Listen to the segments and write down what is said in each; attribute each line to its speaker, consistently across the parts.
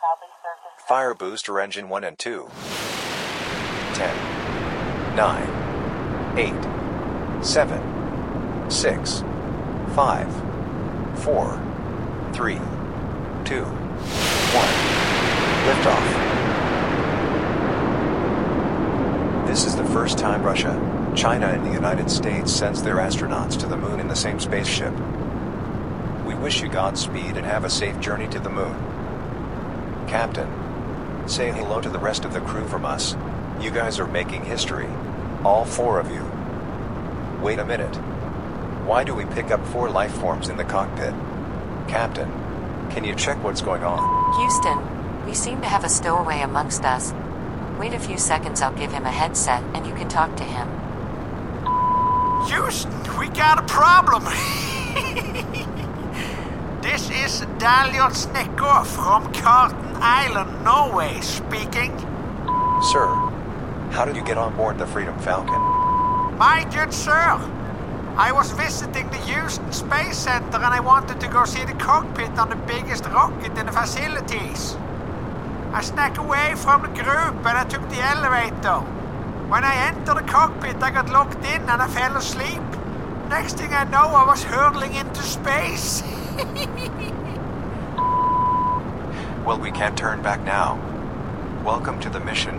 Speaker 1: proudly served as
Speaker 2: Fire booster engine 1 and 2. 10, 9, 8, 7, 6, 5, 4, 3, 2, 1. Liftoff. This is the first time Russia, China, and the United States sends their astronauts to the moon in the same spaceship. We wish you Godspeed and have a safe journey to the moon. Captain, say hello to the rest of the crew from us. You guys are making history. All four of you. Wait a minute. Why do we pick up four life forms in the cockpit? Captain, can you check what's going on?
Speaker 3: Houston, we seem to have a stowaway amongst us. Wait a few seconds, I'll give him a headset and you can talk to him.
Speaker 4: Houston, we got a problem. this is Daliot Snekov from Carlton Island, Norway, speaking.
Speaker 2: Sir, how did you get on board the Freedom Falcon?
Speaker 4: My good sir, I was visiting the Houston Space Center and I wanted to go see the cockpit on the biggest rocket in the facilities. I snuck away from the group and I took the elevator. When I entered the cockpit, I got locked in and I fell asleep. Next thing I know, I was hurtling into space.
Speaker 2: Well, we can't turn back now. Welcome to the mission,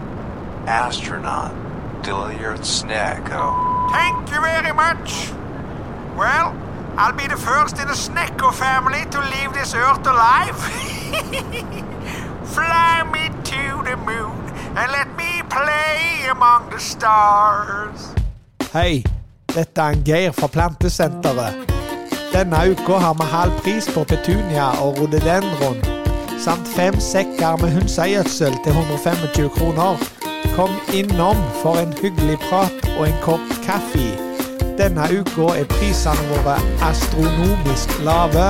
Speaker 2: astronaut Dilliard Sneko.
Speaker 4: Thank you very much. Well, I'll be the first in the Sneko family to leave this earth alive. Fly me to the moon and let me play among the stars.
Speaker 5: Hei, dette er en Geir fra Plantesenteret. Denne uka har vi halv pris på petunia og rododendron, samt fem sekker med hunsegjødsel til 125 kroner. Kom innom for en hyggelig prat og en kopp kaffe. Denne uka er prisene våre astronomisk lave.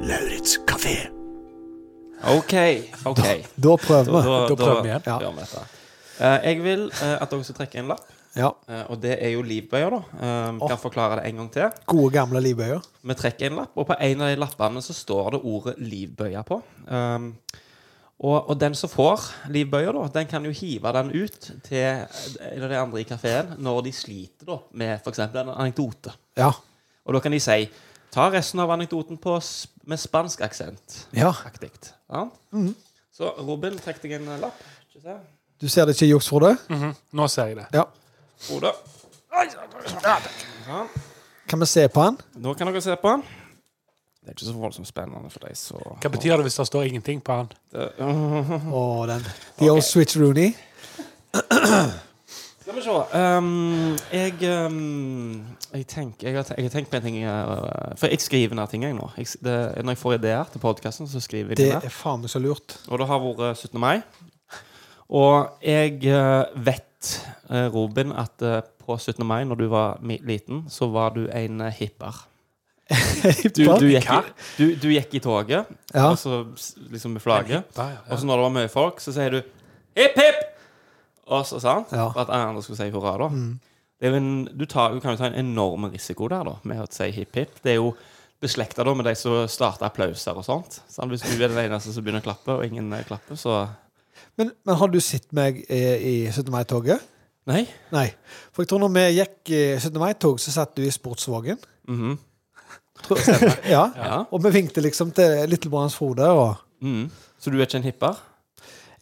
Speaker 6: Lauritz kafé.
Speaker 7: OK. ok.
Speaker 5: Da prøver vi.
Speaker 6: Da prøver vi igjen.
Speaker 5: Ja.
Speaker 7: gjør vi dette. Eh, jeg vil eh, at dere skal trekke en lapp,
Speaker 5: Ja.
Speaker 7: eh, og det er jo livbøyer, da. Eh,
Speaker 5: Åh.
Speaker 7: Kan forklare det en gang til.
Speaker 5: Gode, gamle livbøyer.
Speaker 7: Vi trekker en lapp, og på en av de lappene så står det ordet 'livbøye' på. Um, og, og den som får livbøya, da, den kan jo hive den ut til en av de andre i kafeen når de sliter da, med f.eks. en anekdote.
Speaker 5: Ja.
Speaker 7: Og da kan de si 'ta resten av anekdoten på sp med spansk aksent'.
Speaker 5: ja.
Speaker 7: Aktig. Ja? Så Robin, trekk deg en lapp. Skal vi se.
Speaker 5: Du ser det ikke juks, Frode?
Speaker 6: Nå ser jeg det.
Speaker 5: Ja.
Speaker 7: Frode.
Speaker 5: Kan vi se på den?
Speaker 7: Nå kan dere se på den. Det er ikke så voldsomt spennende for deg, så
Speaker 6: Hva betyr det hvis det står ingenting på han?
Speaker 5: Å, den. The old switch Rooney.
Speaker 7: Skal vi se. Um, jeg, um, jeg, tenker, jeg, har tenkt, jeg har tenkt på en ting uh, For jeg skriver ned ting jeg nå. Jeg, s- det, når jeg får ideer til podkasten, så skriver jeg
Speaker 5: Det
Speaker 7: det
Speaker 5: er
Speaker 7: ned.
Speaker 5: faen meg så lurt.
Speaker 7: Og det har vært 17. mai. Og jeg uh, vet, uh, Robin, at uh, på 17. mai, når du var mi- liten, så var du en uh, hipper. Du, du, gikk, i- du, du gikk i toget,
Speaker 5: Ja.
Speaker 7: og så s- liksom med flagget.
Speaker 6: Ja, ja.
Speaker 7: Og så når det var mye folk, så sier du hipp, hipp! Og så sant?
Speaker 5: Ja. Mm.
Speaker 7: For at alle andre skulle si hurra, da. Det er jo en, du, tar, du kan jo ta en enorm risiko der da med å si hipp, hipp. Det er jo beslekta da med de som starter applauser og sånt. Sant? Hvis du er den eneste som begynner å klappe, og ingen eh, klapper, så
Speaker 5: Men, men har du sett meg eh, i 17. mai-toget?
Speaker 7: Nei.
Speaker 5: Nei. For jeg tror når vi gikk i 17. mai-tog, så satt du i sportsvognen.
Speaker 7: Mhm.
Speaker 5: Tror- ja.
Speaker 7: Ja.
Speaker 5: Og vi vinkte liksom til Lillebrorens Frode. Og
Speaker 7: Mm. Så du er ikke en hipper?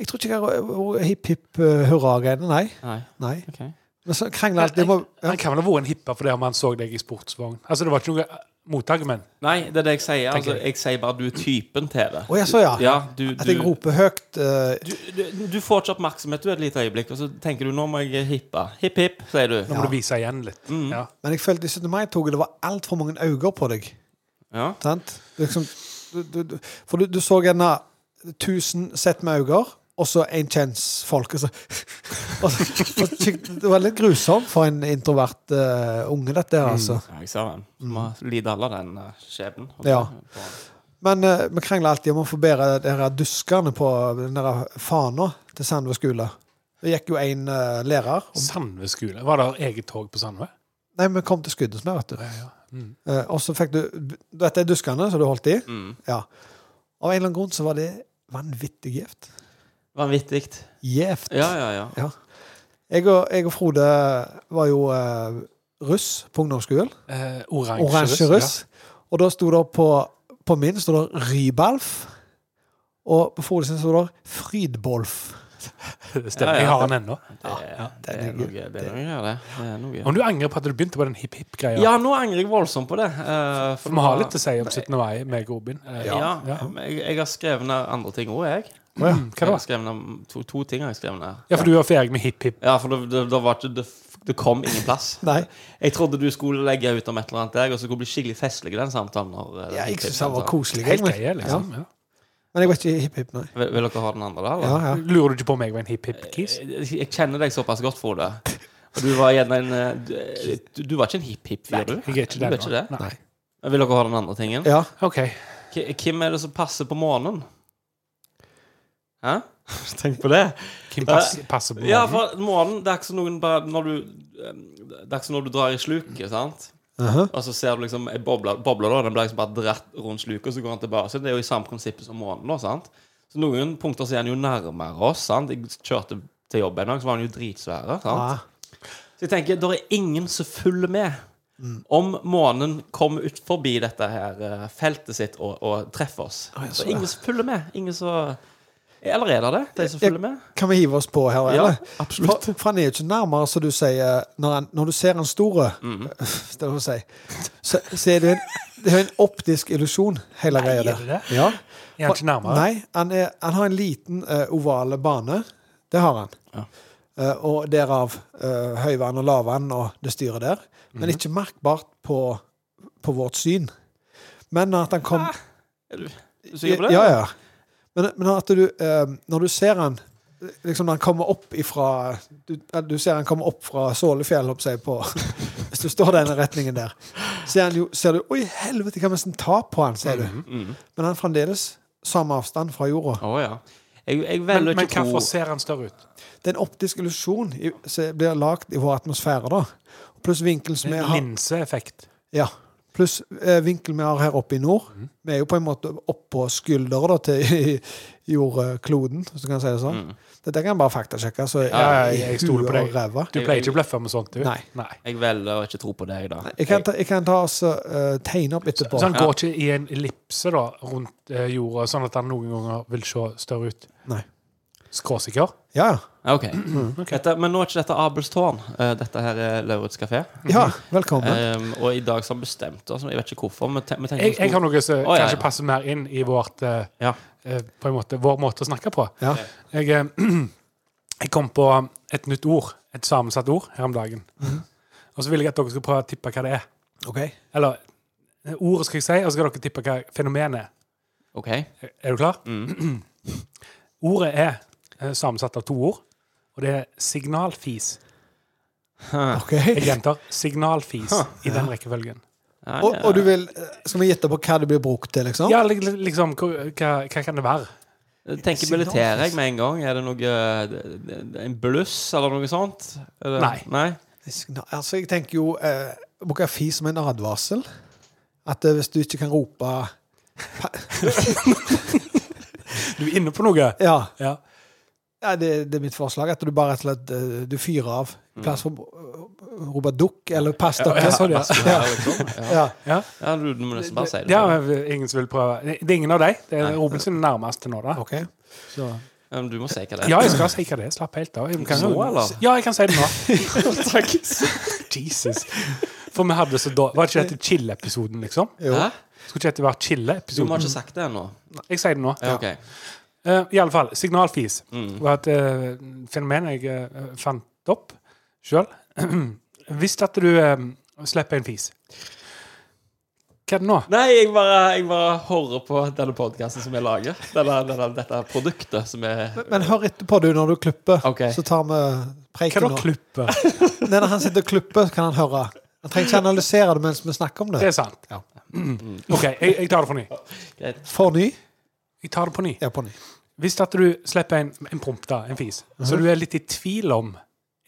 Speaker 5: jeg tror ikke jeg har vært hipp-hipp-hurra-greiene. eh, Nei.
Speaker 7: Nei.
Speaker 5: Nei.
Speaker 7: ok
Speaker 5: Men så krangler alltid må, ja.
Speaker 6: Han kan vel ha vært en hipper fordi om han så deg i sportsvogn. Altså, det var ikke noe eh, motargument.
Speaker 7: Nei, det er det jeg sier. Altså,
Speaker 6: Tenker
Speaker 7: jeg sier bare at du er typen til det.
Speaker 5: Å, ja, så ja.
Speaker 7: du,
Speaker 5: At jeg
Speaker 7: du,
Speaker 5: roper høyt. eh,
Speaker 7: du, du, du får ikke oppmerksomhet du et lite øyeblikk, og så tenker du 'nå må jeg hippe'. Hipp, hipp, sier du.
Speaker 6: Nå må du vise igjen litt.
Speaker 7: Mm.
Speaker 6: Ja.
Speaker 5: men jeg følte i 17. mai-toget det var altfor mange øyne på deg.
Speaker 7: Ja.
Speaker 5: Sant? Det er Liksom, du, du, du, for du, du så gjerne 1000 sett med øyne, Og så en kjentfolk og så, og så, og kikk- Det var litt grusomt for en introvert eh, unge, dette her, altså.
Speaker 7: Ja, jeg ser den. Må lide alle den eh, skjebnen. holdt
Speaker 5: Ja.
Speaker 7: jeg på.
Speaker 5: Men eh, vi krangler alltid om å få bedre de her duskene på den der fana til Sandve skole. Det gikk jo en eh, lærer. Og,
Speaker 6: Sandve skole. Var det eget tog på Sandve?
Speaker 5: nei, vi kom til Skuddesmed, vet du.
Speaker 6: Mm.
Speaker 5: Eh, og så fikk du Dette er duskene som du holdt i.
Speaker 7: Mm.
Speaker 5: Ja. Av en eller annen grunn så var det vanvittig gjevt.
Speaker 7: Vanvittig.
Speaker 5: Gjevt.
Speaker 7: Ja, ja, ja.
Speaker 5: Ja. Jeg, og, jeg og Frode var jo eh, russ på ungdomsskolen.
Speaker 6: Eh, Oransje
Speaker 5: Oransje russ. Og da sto det på, på min sto det Rybalf. Og på Frode sin sto det Frydbolf.
Speaker 6: Ja. Det
Speaker 7: Ja,
Speaker 6: stemmer.
Speaker 7: ja.
Speaker 6: Jeg har den ennå.
Speaker 7: Det, det er noe, det er noe, det. Det er noe.
Speaker 6: Om du angrer på at du begynte på den hipp-hipp-greia
Speaker 7: Ja, nå angrer jeg voldsomt på det. eh,
Speaker 6: For vi har litt å si om 17. mai, meg og Robin. Eh,
Speaker 7: Ja, men Jeg, jeg har skrevet ned andre ting òg, jeg.
Speaker 6: Hva
Speaker 7: jeg
Speaker 6: da?
Speaker 7: har skrevet ned to, to ting har jeg skrevet ned.
Speaker 6: Ja, for du var ferdig med hipp-hipp.
Speaker 7: Ja, for det, det, det var ikke det, det kom ingen plass.
Speaker 5: Nei.
Speaker 7: Jeg trodde du skulle legge ut om et eller annet der, og så skulle bli skikkelig festlig i den samtalen. Når, eh,
Speaker 5: Ja, jeg syns han
Speaker 7: samtalen.
Speaker 5: var koselig.
Speaker 6: Altså, Helt
Speaker 5: egentlig.
Speaker 6: greie, liksom. Ja.
Speaker 5: Ja. Men jeg var ikke hipp hipp, nei.
Speaker 7: Vil, vil dere ha den andre, da? eller?
Speaker 5: Ja, ja.
Speaker 6: Lurer du ikke på om jeg var en hipp-hipp-kis?
Speaker 7: Jeg, jeg kjenner deg såpass godt, Frode. Og du var gjerne en eh, Du, du var ikke en hipp-hipp-fyr, du?
Speaker 6: Jeg er ikke
Speaker 7: du
Speaker 6: der
Speaker 7: er ikke det.
Speaker 6: nå. Nei.
Speaker 7: Vil dere ha den andre tingen?
Speaker 5: Ja.
Speaker 6: OK.
Speaker 7: K- Hvem er det som passer på månen? Hæ? Tenk på det.
Speaker 6: Hvem pass, passer på
Speaker 7: Ja,
Speaker 6: månen?
Speaker 7: for månen Det er ikke som noen bare når du, eh, Det er ikke som når du drar i sluket, sant?
Speaker 5: aha.
Speaker 7: Og så ser du liksom ei boble, boble da, den blir liksom bare dratt rundt sluket, og så går den tilbake. Det er jo i samme prinsippet som månen. da, sant? Så noen punkter så er den jo nærmere oss. sant? Jeg kjørte til jobb en dag, så var den jo dritsvære. sant?
Speaker 5: Ja.
Speaker 7: Så jeg tenker, det er ingen som følger med. Om månen kommer ut forbi dette her eh, feltet sitt og, og treffer oss.
Speaker 5: jeg så
Speaker 7: Så
Speaker 5: det.
Speaker 7: ingen som følger med. Ingen som Eller er det det? De som
Speaker 5: Jeg-
Speaker 7: følger med?
Speaker 5: Kan vi hive oss på her?
Speaker 7: Ja,
Speaker 5: Eller?
Speaker 7: absolutt.
Speaker 5: For, for han er jo ikke nærmere, som du sier, når, han, når du ser han store,
Speaker 6: Mhm.
Speaker 5: skal du si, så, så er det jo en, det er jo en optisk illusjon, hele greia
Speaker 6: er det
Speaker 5: der.
Speaker 6: det?
Speaker 5: Ja.
Speaker 6: Er han ikke nærmere?
Speaker 5: Nei, han, er, han har en liten eh, oval bane. Det har han.
Speaker 7: Ja.
Speaker 5: Eh, og derav uh, høyvann og lavvann og det styret der.
Speaker 6: Mhm.
Speaker 5: Men ikke merkbart på, på vårt syn. Men at han
Speaker 6: Ah.
Speaker 5: kom
Speaker 7: Er du, er du sikker på det?
Speaker 5: ja, ja. Men, men at du, eh, når du ser han liksom når han kommer opp ifra du, eh, du ser han kommer opp fra Sålefjell, holdt jeg på å si, på Hvis du står i den retningen der, ser, han jo, ser du Oi, helvete, kan vi nesten ta på han, ser du. Men han er fremdeles samme avstand fra jorda.
Speaker 7: Å ja. Jeg, jeg
Speaker 6: Men,
Speaker 7: velger
Speaker 6: men
Speaker 7: ikke
Speaker 6: hvorfor
Speaker 7: tro
Speaker 6: ser han større ut?
Speaker 5: Det er en optisk illusjon i- som blir lagd i vår atmosfære, da. Pluss vinkel som vi har
Speaker 6: Linseeffekt.
Speaker 5: Ja. Pluss eh, vinkel vi har her oppe i nord.
Speaker 6: Mm.
Speaker 5: Vi er jo på en måte oppå skuldra da, til jordkloden, hvis du kan si det sånn. Dette kan jeg bare faktasjekke. Så
Speaker 6: Mm. Ja, ja, jeg- jeg stoler på
Speaker 5: huet
Speaker 6: deg.
Speaker 5: og ræva.
Speaker 6: Du pleier ikke å bløffe med sånt, du?
Speaker 5: Nei.
Speaker 7: Jeg velger å ikke tro på deg, da.
Speaker 5: Jeg kan ta, jeg kan ta og så, eh, tegne opp etterpå.
Speaker 6: Så han går ikke i en ellipse da, rundt eh, jorda, sånn at han noen ganger vil se større ut?
Speaker 5: Nei.
Speaker 6: Skråsikker?
Speaker 5: Ja, ja.
Speaker 7: Ok.
Speaker 5: Mm,
Speaker 7: Dette, men nå er ikke dette Abels tårn. Eh, Dette her er Lauritz kafé.
Speaker 6: Mhm.
Speaker 5: ja velkommen.
Speaker 7: Um, og i dag så har vi bestemt oss. Jeg vet ikke hvorfor. Men ten, vi tenker
Speaker 6: Jeg, jeg har noe som
Speaker 7: Å, ja,
Speaker 6: kanskje
Speaker 7: ja.
Speaker 6: passer mer inn i vårt, eh,
Speaker 7: Ja.
Speaker 6: eh, på en måte, vår måte å snakke på.
Speaker 5: Ja.
Speaker 6: Jeg, eh, jeg kom på et nytt ord, et sammensatt ord, her om dagen. Og så vil jeg at dere skal prøve å tippe hva det er.
Speaker 5: OK.
Speaker 6: Eller eh, ordet skal jeg si, og så skal dere tippe hva fenomenet er.
Speaker 7: OK.
Speaker 6: Er- Er du klar? Ordet er eh, sammensatt av to ord, og det er signalfis.
Speaker 5: ok.
Speaker 6: Jeg gjentar signalfis i den rekkefølgen.
Speaker 7: Ja,
Speaker 5: Og,
Speaker 7: ja.
Speaker 5: og du vil eh, Skal vi gjette på hva det blir brukt til, liksom?
Speaker 6: Ja, li- li- liksom, hva, hva- hva kan det være?
Speaker 7: Jeg tenker
Speaker 5: Signalfis.
Speaker 7: militære
Speaker 6: altså.
Speaker 7: jeg med en gang. Er det noe eh, det- det- En bluss eller noe sånt? Er det-
Speaker 6: Nei.
Speaker 7: Nei?
Speaker 5: Signal- Altså, jeg tenker jo eh, Bruker jeg fis som en advarsel? At eh, hvis du ikke kan rope
Speaker 6: Du er inne på noe.
Speaker 5: Ja.
Speaker 6: Ja.
Speaker 5: Ja, det, det er mitt forslag. At du bare rett og slett eh, du fyrer av. Plass for eh, Robert Duck eller pass dere.
Speaker 6: Mm. ja, sorry, ja.
Speaker 7: Ja, liksom. ja.
Speaker 5: Ja.
Speaker 7: ja du, du må nesten bare si det.
Speaker 6: Ja,
Speaker 7: sånn.
Speaker 6: ingen som vil prøve. Det det er ingen av deg. Det er Robin sin nærmeste nå, da.
Speaker 5: OK.
Speaker 7: Ja, men Du må si hva det er.
Speaker 6: Ja, jeg skal si hva det er. Slapp helt av. Jeg kan jo-
Speaker 7: Nå, eller?
Speaker 6: Ja, jeg kan si det nå. Jesus. For vi hadde så dårlig Var det ikke dette chill-episoden, liksom?
Speaker 5: Jo.
Speaker 7: Hæ?
Speaker 6: Skulle ikke dette vært
Speaker 7: Du må
Speaker 6: chill-episoden?
Speaker 7: ikke ha sagt det ennå.
Speaker 6: Jeg sier det nå.
Speaker 7: Ja, ok.
Speaker 6: Eh, I alle fall, signalfis var et eh, fenomen jeg eh, fant opp sjøl. Hvis at du eh, slipper en fis, Hva er det nå?
Speaker 7: Nei, jeg bare, jeg bare hører på denne podkasten som jeg lager. Denne, denne, dette produktet som er
Speaker 5: Men hør etterpå, du, når du klipper.
Speaker 7: Ok.
Speaker 5: Så tar vi
Speaker 6: Hva er
Speaker 5: preiken
Speaker 6: det
Speaker 5: nå.
Speaker 6: å klippe?
Speaker 5: Nei, Når han sitter og klipper, så kan han høre. Han trenger ikke analysere det mens vi snakker om
Speaker 6: Det
Speaker 5: det.
Speaker 6: er sant.
Speaker 5: Ja.
Speaker 6: OK, jeg, jeg tar det på ny.
Speaker 5: For ny?
Speaker 6: Jeg tar det på ny.
Speaker 5: Ja, på ny.
Speaker 6: Hvis at du slipper en, en promp, da, en fis, så du er litt i tvil om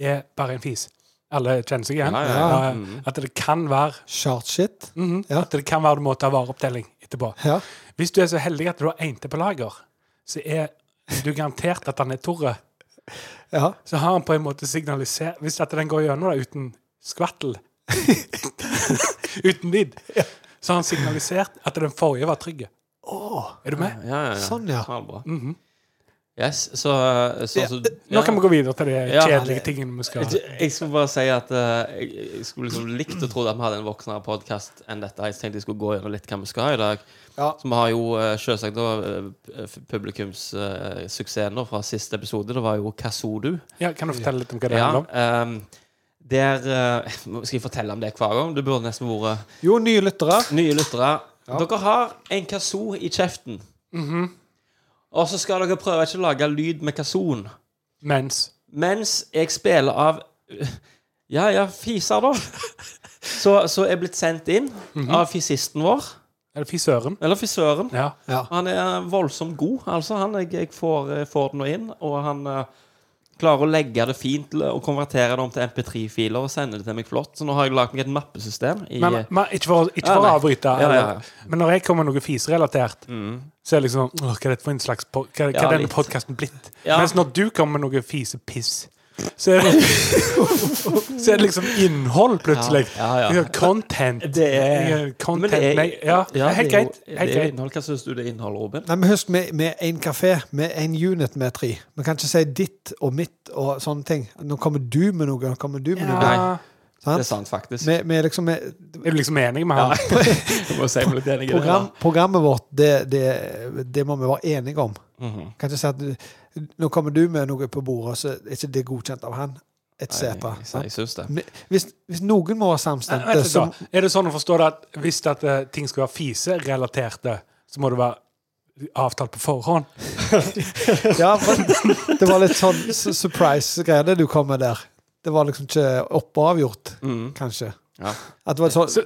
Speaker 6: er bare en fis Alle kjenner seg igjen.
Speaker 7: Ja, ja, ja.
Speaker 6: Eh, At det kan være
Speaker 5: Short shit.
Speaker 6: Mhm.
Speaker 5: Ja.
Speaker 6: At det kan være du må ta vareopptelling etterpå.
Speaker 5: Ja.
Speaker 6: Hvis du er så heldig at du har én til på lager, så er du garantert at han er torre.
Speaker 5: ja.
Speaker 6: Så har han på en måte signalisert Hvis at den går gjennom da, uten skvattel Uten lyd. Så har han signalisert at den forrige var trygg. Er du med?
Speaker 7: Ja, ja, ja.
Speaker 5: Sånn, ja.
Speaker 7: Sånn, bra. Yes, så, eh, så, så
Speaker 6: Mhm. Nå kan vi gå videre til de
Speaker 7: Ja.
Speaker 6: kjedelige tingene vi skal
Speaker 7: Jeg skulle bare si at eh, jeg, jeg skulle liksom likt å tro at vi hadde en voksnere podkast enn dette. Jeg tenkte jeg skulle gå gjennom litt hva vi skal ha i dag.
Speaker 5: Ja.
Speaker 7: Så vi har jo eh, selvsagt da eh, publikumssuksessen eh, nå fra siste episode. Det var jo 'Hva så du?'
Speaker 6: Ja, Kan du fortelle litt om hva det
Speaker 7: Ja,
Speaker 6: handler om?
Speaker 7: ehm, der eh, Skal jeg fortelle om det hver gang? Det burde nesten vært eh,
Speaker 5: Jo, nye lyttere.
Speaker 7: Nye lyttere. Dere har en kazoo i kjeften. Og så skal dere prøve å ikke lage lyd med kazooen
Speaker 6: Mens
Speaker 7: mens jeg spiller av Ja, ja, fiser, da. Så, så er blitt sendt inn av fisisten vår.
Speaker 6: Eller frisøren.
Speaker 7: Eller fisøren.
Speaker 6: Mhm. Ja.
Speaker 5: Ja.
Speaker 7: Han er voldsomt god, altså. Han, jeg, jeg får, jeg får det nå inn, og han eh, klarer å legge det fint og konvertere det om til MP3-filer og sende det til meg flott. Så nå har jeg lagd meg et mappesystem. I, eh,
Speaker 6: Men, men ikke for, ikke for
Speaker 7: Ja,
Speaker 6: å
Speaker 7: nei.
Speaker 6: avbryte,
Speaker 7: Ja, ja, ja.
Speaker 6: men når jeg kommer med noe fiserelatert, så er det liksom Åh, Hva er dette for en slags po hva, hva
Speaker 7: Ja,
Speaker 6: er denne
Speaker 7: litt.
Speaker 6: podkasten blitt?
Speaker 7: Ja.
Speaker 6: Mens når du kommer med noe fisepiss så er, det, så er det liksom innhold, plutselig.
Speaker 7: Ja, ja, ja.
Speaker 6: Liksom Content.
Speaker 7: Det er-
Speaker 6: Jeg
Speaker 7: Men
Speaker 6: Content.
Speaker 7: det er-
Speaker 6: Nei, ja, helt
Speaker 7: det er jo-
Speaker 6: greit. Helt
Speaker 7: det er
Speaker 6: greit.
Speaker 7: innhold. Hva syns du det inneholder, Robin?
Speaker 5: Nei, men husk, vi vi er én kafé, vi er én unit med tre. Vi kan ikke si ditt og mitt og sånne ting. Nå kommer du med noe, nå kommer du med noe.
Speaker 6: Ja.
Speaker 7: Nei.
Speaker 5: Sant?
Speaker 7: Det er sant, faktisk.
Speaker 5: Vi, vi er liksom vi-
Speaker 6: Er du liksom enig med han?
Speaker 7: Jeg må si meg litt enig i det,
Speaker 5: program,
Speaker 7: da.
Speaker 5: Programmet vårt, det, det, det må vi være enige om.
Speaker 7: Mhm.
Speaker 5: Kan ikke si at du- nå kommer du med noe på bordet, så er ikke det godkjent av han, etc.
Speaker 7: Jeg, jeg, jeg syns det.
Speaker 5: Men Hvis, hvis noen må være
Speaker 6: Vent
Speaker 5: samstemte,
Speaker 6: litt da.
Speaker 5: så
Speaker 6: Er det sånn å forstå det at hvis at eh, ting skal være fiserelaterte, så må det være avtalt på forhånd?
Speaker 5: Ja, for det var litt sånn su- surprise-greier det du kom med der. Det var liksom ikke oppe og avgjort, kanskje.
Speaker 7: Mhm. Ja.
Speaker 5: At det var sånn
Speaker 6: Så,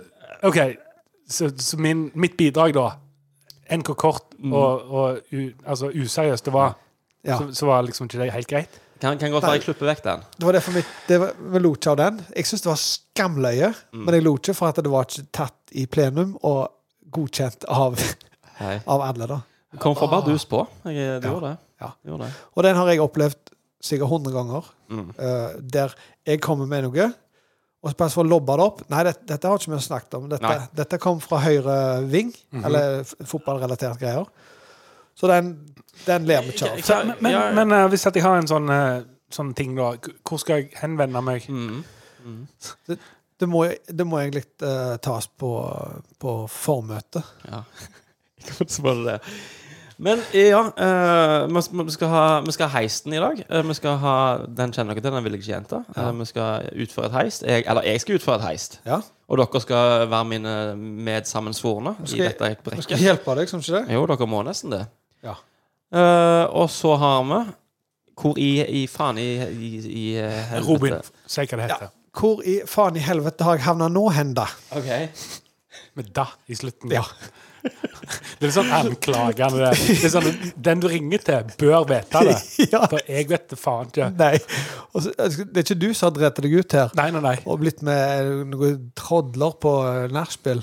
Speaker 6: OK, så, så min, mitt bidrag, da NK Kort
Speaker 7: Mm.
Speaker 6: og, og u, altså useriøst, det var
Speaker 5: Ja.
Speaker 6: så, så var liksom ikke det helt greit.
Speaker 7: Kan, kan godt være jeg klipper vekk den.
Speaker 5: Det var derfor vi, det var, vi lo ikke av den. Jeg syns det var skamløye, men jeg lo ikke for at det var ikke tatt i plenum og godkjent av,
Speaker 7: Hei.
Speaker 5: av alle, da.
Speaker 7: Kom fra bardus på. Jeg, eh, du gjorde det.
Speaker 5: Ah. Ja.
Speaker 7: Du gjorde det.
Speaker 5: Og den har jeg opplevd sikkert 100 ganger. eh, der jeg kommer med noe, og så bare for å lobbe det opp Nei, dette, dette har ikke vi snakket om. Dette,
Speaker 7: Nei.
Speaker 5: dette kom fra høyre ving, eller f- fotballrelatert greier. Så den, den ler vi ikke av.
Speaker 6: Så, men men,
Speaker 7: Ja, ja.
Speaker 6: men eh, hvis at jeg har en sånn, eh, sånn ting, da, k- hvor skal jeg henvende meg?
Speaker 7: Mm.
Speaker 5: Det må, det må egentlig eh, tas på, på formøte.
Speaker 7: Jeg kan ikke spørre det. Men ja, eh, vi skal- vi, skal ha, vi skal ha heisten i dag. Eh, vi skal ha, Den kjenner dere til, den vil jeg ikke gjenta. Eh, vi skal utføre et heist. Jeg, eller jeg skal utføre et heist.
Speaker 5: Ja.
Speaker 7: Og dere skal være mine medsammensvorne i
Speaker 5: Skal-
Speaker 7: dette
Speaker 5: Vi skal
Speaker 7: brekket.
Speaker 5: hjelpe deg, skal vi ikke det?
Speaker 7: Jo, dere må nesten det.
Speaker 5: Ja.
Speaker 7: Eh, og så har vi Hvor i, i faen i, i, i eh, helvete
Speaker 6: Robin, si hva det heter.
Speaker 5: Hvor i faen i helvete har jeg havna nå hen, da?
Speaker 7: Ok.
Speaker 6: Med 'da' i slutten.
Speaker 5: Ja.
Speaker 6: Det er sånn anklagende. Det er sånn, den du ringer til, bør vite det.
Speaker 5: Ja.
Speaker 6: For jeg vet det faen ikke.
Speaker 5: Nei. Og så, altså, det er ikke du som har drept deg ut her,
Speaker 6: Nei, nei, nei.
Speaker 5: og blitt med eh, noen trodler på eh, nachspiel.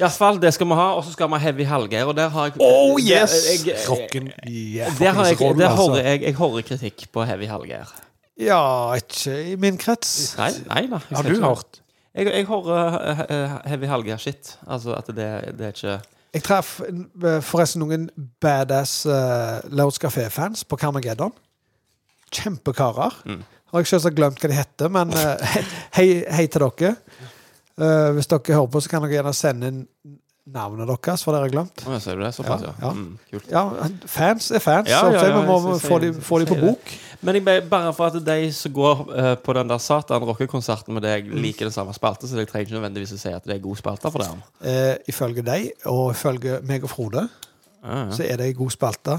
Speaker 7: Iallfall, det skal vi ha. Og så skal vi ha Heavy Hallgeir, og der har jeg
Speaker 5: Oh, yes!
Speaker 7: Jeg, jeg,
Speaker 6: Rocken yeah,
Speaker 7: Der, har jeg,
Speaker 6: roll,
Speaker 7: der
Speaker 6: altså.
Speaker 7: hører jeg, jeg hører kritikk på Heavy Hallgeir.
Speaker 5: Ja, ikke i min krets.
Speaker 7: Nei, nei da. jeg
Speaker 6: Har
Speaker 7: skal
Speaker 6: du
Speaker 7: ikke-
Speaker 6: hørt?
Speaker 7: Jeg, jeg hører eh, eh, Heavy Hallgeir shit. Altså at det, det er ikke
Speaker 5: Jeg traff eh, forresten noen badass uh, Louds Café-fans på Carmageddon. Kjempekarer. Har jeg selvsagt glemt hva de heter, men eh, hei, hei til dere. Eh, hvis dere hører på, så kan dere gjerne sende inn navnet deres, for det har jeg glemt.
Speaker 7: Å, ja, Ser du det? Såpass, ja.
Speaker 5: Ja, ja.
Speaker 7: Mm, kult.
Speaker 5: Ja, fans er fans.
Speaker 7: Ja,
Speaker 5: så
Speaker 7: ja, ja,
Speaker 5: vi må
Speaker 7: jeg synes
Speaker 5: få
Speaker 7: jeg-
Speaker 5: dem de få de
Speaker 7: jeg
Speaker 5: på
Speaker 7: sier det.
Speaker 5: bok.
Speaker 7: Men jeg ble, bare for at de som går eh, på den der Satan-rockekonserten med deg, liker den samme spalten, så jeg trenger ikke nødvendigvis å si at det er god spalte for dem.
Speaker 5: Eh, ifølge deg, og ifølge meg og Frode,
Speaker 7: Ah,
Speaker 5: så er det ei god spalte.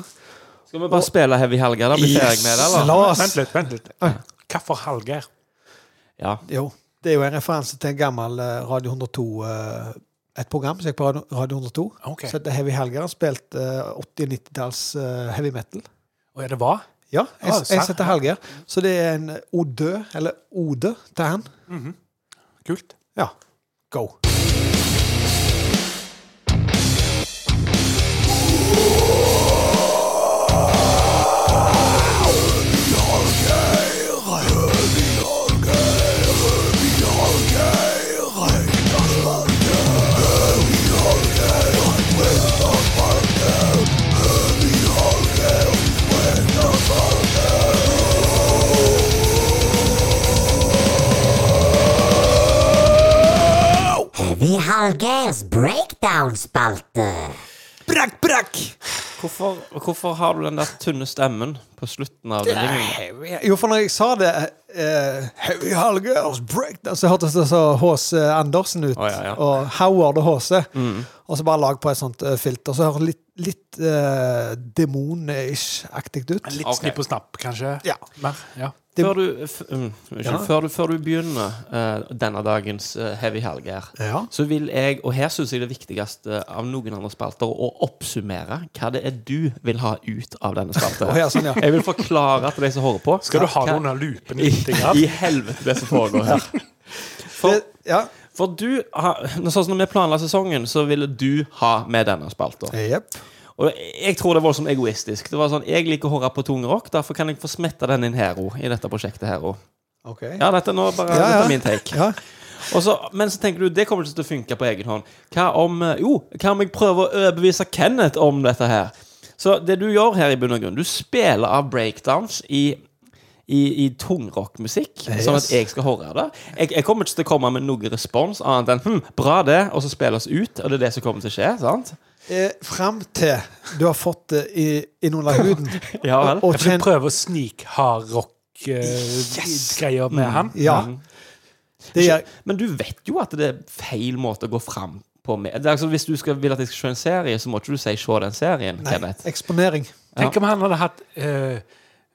Speaker 7: Skal vi bare spille Heavy Helga? Da blir ferdig med det,
Speaker 5: La
Speaker 7: eller?
Speaker 5: oss!
Speaker 6: Vent litt, vent litt. Hvorfor Hallgeir?
Speaker 7: Ja.
Speaker 5: Jo. Det er jo en referanse til en gammel eh, Radio 102 eh, Et program som gikk på Radio, Radio 102.
Speaker 6: Ok.
Speaker 5: Som heter Heavy Helger. Spilte eh, 80- og 90-talls eh, heavy metal.
Speaker 6: Å, ja, det var?
Speaker 5: Ja, jeg,
Speaker 6: Ah,
Speaker 5: jeg
Speaker 6: sant.
Speaker 5: setter Helger. Så det er en odø, eller ode, til han.
Speaker 6: Kult.
Speaker 5: Ja. Go.
Speaker 1: Heavy Hallgeirs breakdown-spalte.
Speaker 5: Brakk, brakk!
Speaker 7: Hvorfor, hvorfor har du den der tynne stemmen på slutten av den ringen?
Speaker 5: Jo, for når jeg sa det eh, Heavy Hallgeirs breakdown, så hørtes det så H.C. Andersen ut.
Speaker 7: Å, ja, Mm. ja.
Speaker 5: Og Howard og H.C. Og så bare lag på et sånt eh, filter, så høres det litt, litt eh, demon-ish-aktig ut.
Speaker 6: Litt
Speaker 7: Ok.
Speaker 6: snipp og snapp, kanskje?
Speaker 5: Ja.
Speaker 6: Mer? Ja.
Speaker 5: Det-
Speaker 7: Før du, f mm, unnskyld. før, du, før du begynner eh, denne dagens eh, Heavy Helger,
Speaker 5: Ja.
Speaker 7: så vil jeg, og her syns jeg det viktigste av noen andre spalter, å oppsummere hva det er du vil ha ut av denne spalten.
Speaker 5: Å, ja, sånn, ja.
Speaker 7: Jeg vil forklare til de som hører på.
Speaker 6: Skal du ha
Speaker 7: hva-
Speaker 6: noen av lupene
Speaker 7: i,
Speaker 6: litt? Ingrid?
Speaker 7: i helvete det som foregår her. For, sånn.
Speaker 5: Det, ja.
Speaker 7: for du har, Sånn som når vi planla sesongen, så ville du ha med denne spalta.
Speaker 5: Jepp.
Speaker 7: Og jeg tror det var sånn egoistisk. Det var sånn, Jeg liker å høre på tung rock, derfor kan jeg få smetta den inn her òg. I dette prosjektet her òg.
Speaker 5: OK.
Speaker 7: Ja, dette nå
Speaker 5: Ja,
Speaker 7: bare
Speaker 5: ja.
Speaker 7: Dette er min take.
Speaker 5: Ja.
Speaker 7: Og så, men så tenker du det kommer ikke til å funke på egen hånd. Hva om eh, Jo, hva om jeg prøver å overbevise Kenneth om dette her? Så det du gjør her, i bunn og grunn, du spiller av breakdowns i i, i tungrockmusikk, sånn
Speaker 5: Eh,
Speaker 7: at
Speaker 5: Yes.
Speaker 7: jeg skal høre det. Jeg, jeg kommer ikke til å komme med noen respons annet enn hm, 'bra, det', og så spille oss ut. Og det er det som kommer til å skje. sant?
Speaker 5: Eh, Fram til du har fått det i- innunder huden.
Speaker 7: Ja vel.
Speaker 5: Og
Speaker 6: Ja, for
Speaker 5: kjenn
Speaker 6: du prøver å snikhardrock-greier eh, med han? Mm.
Speaker 5: Ja.
Speaker 7: Mm.
Speaker 5: Det gjør
Speaker 7: Men du vet jo at det er feil måte å gå fram på med. Det er altså, hvis du skal, vil at jeg skal se en serie, så må ikke du si 'se den serien'.
Speaker 5: Nei,
Speaker 7: Kenneth.
Speaker 5: eksponering.
Speaker 6: Tenk om han hadde hatt eh,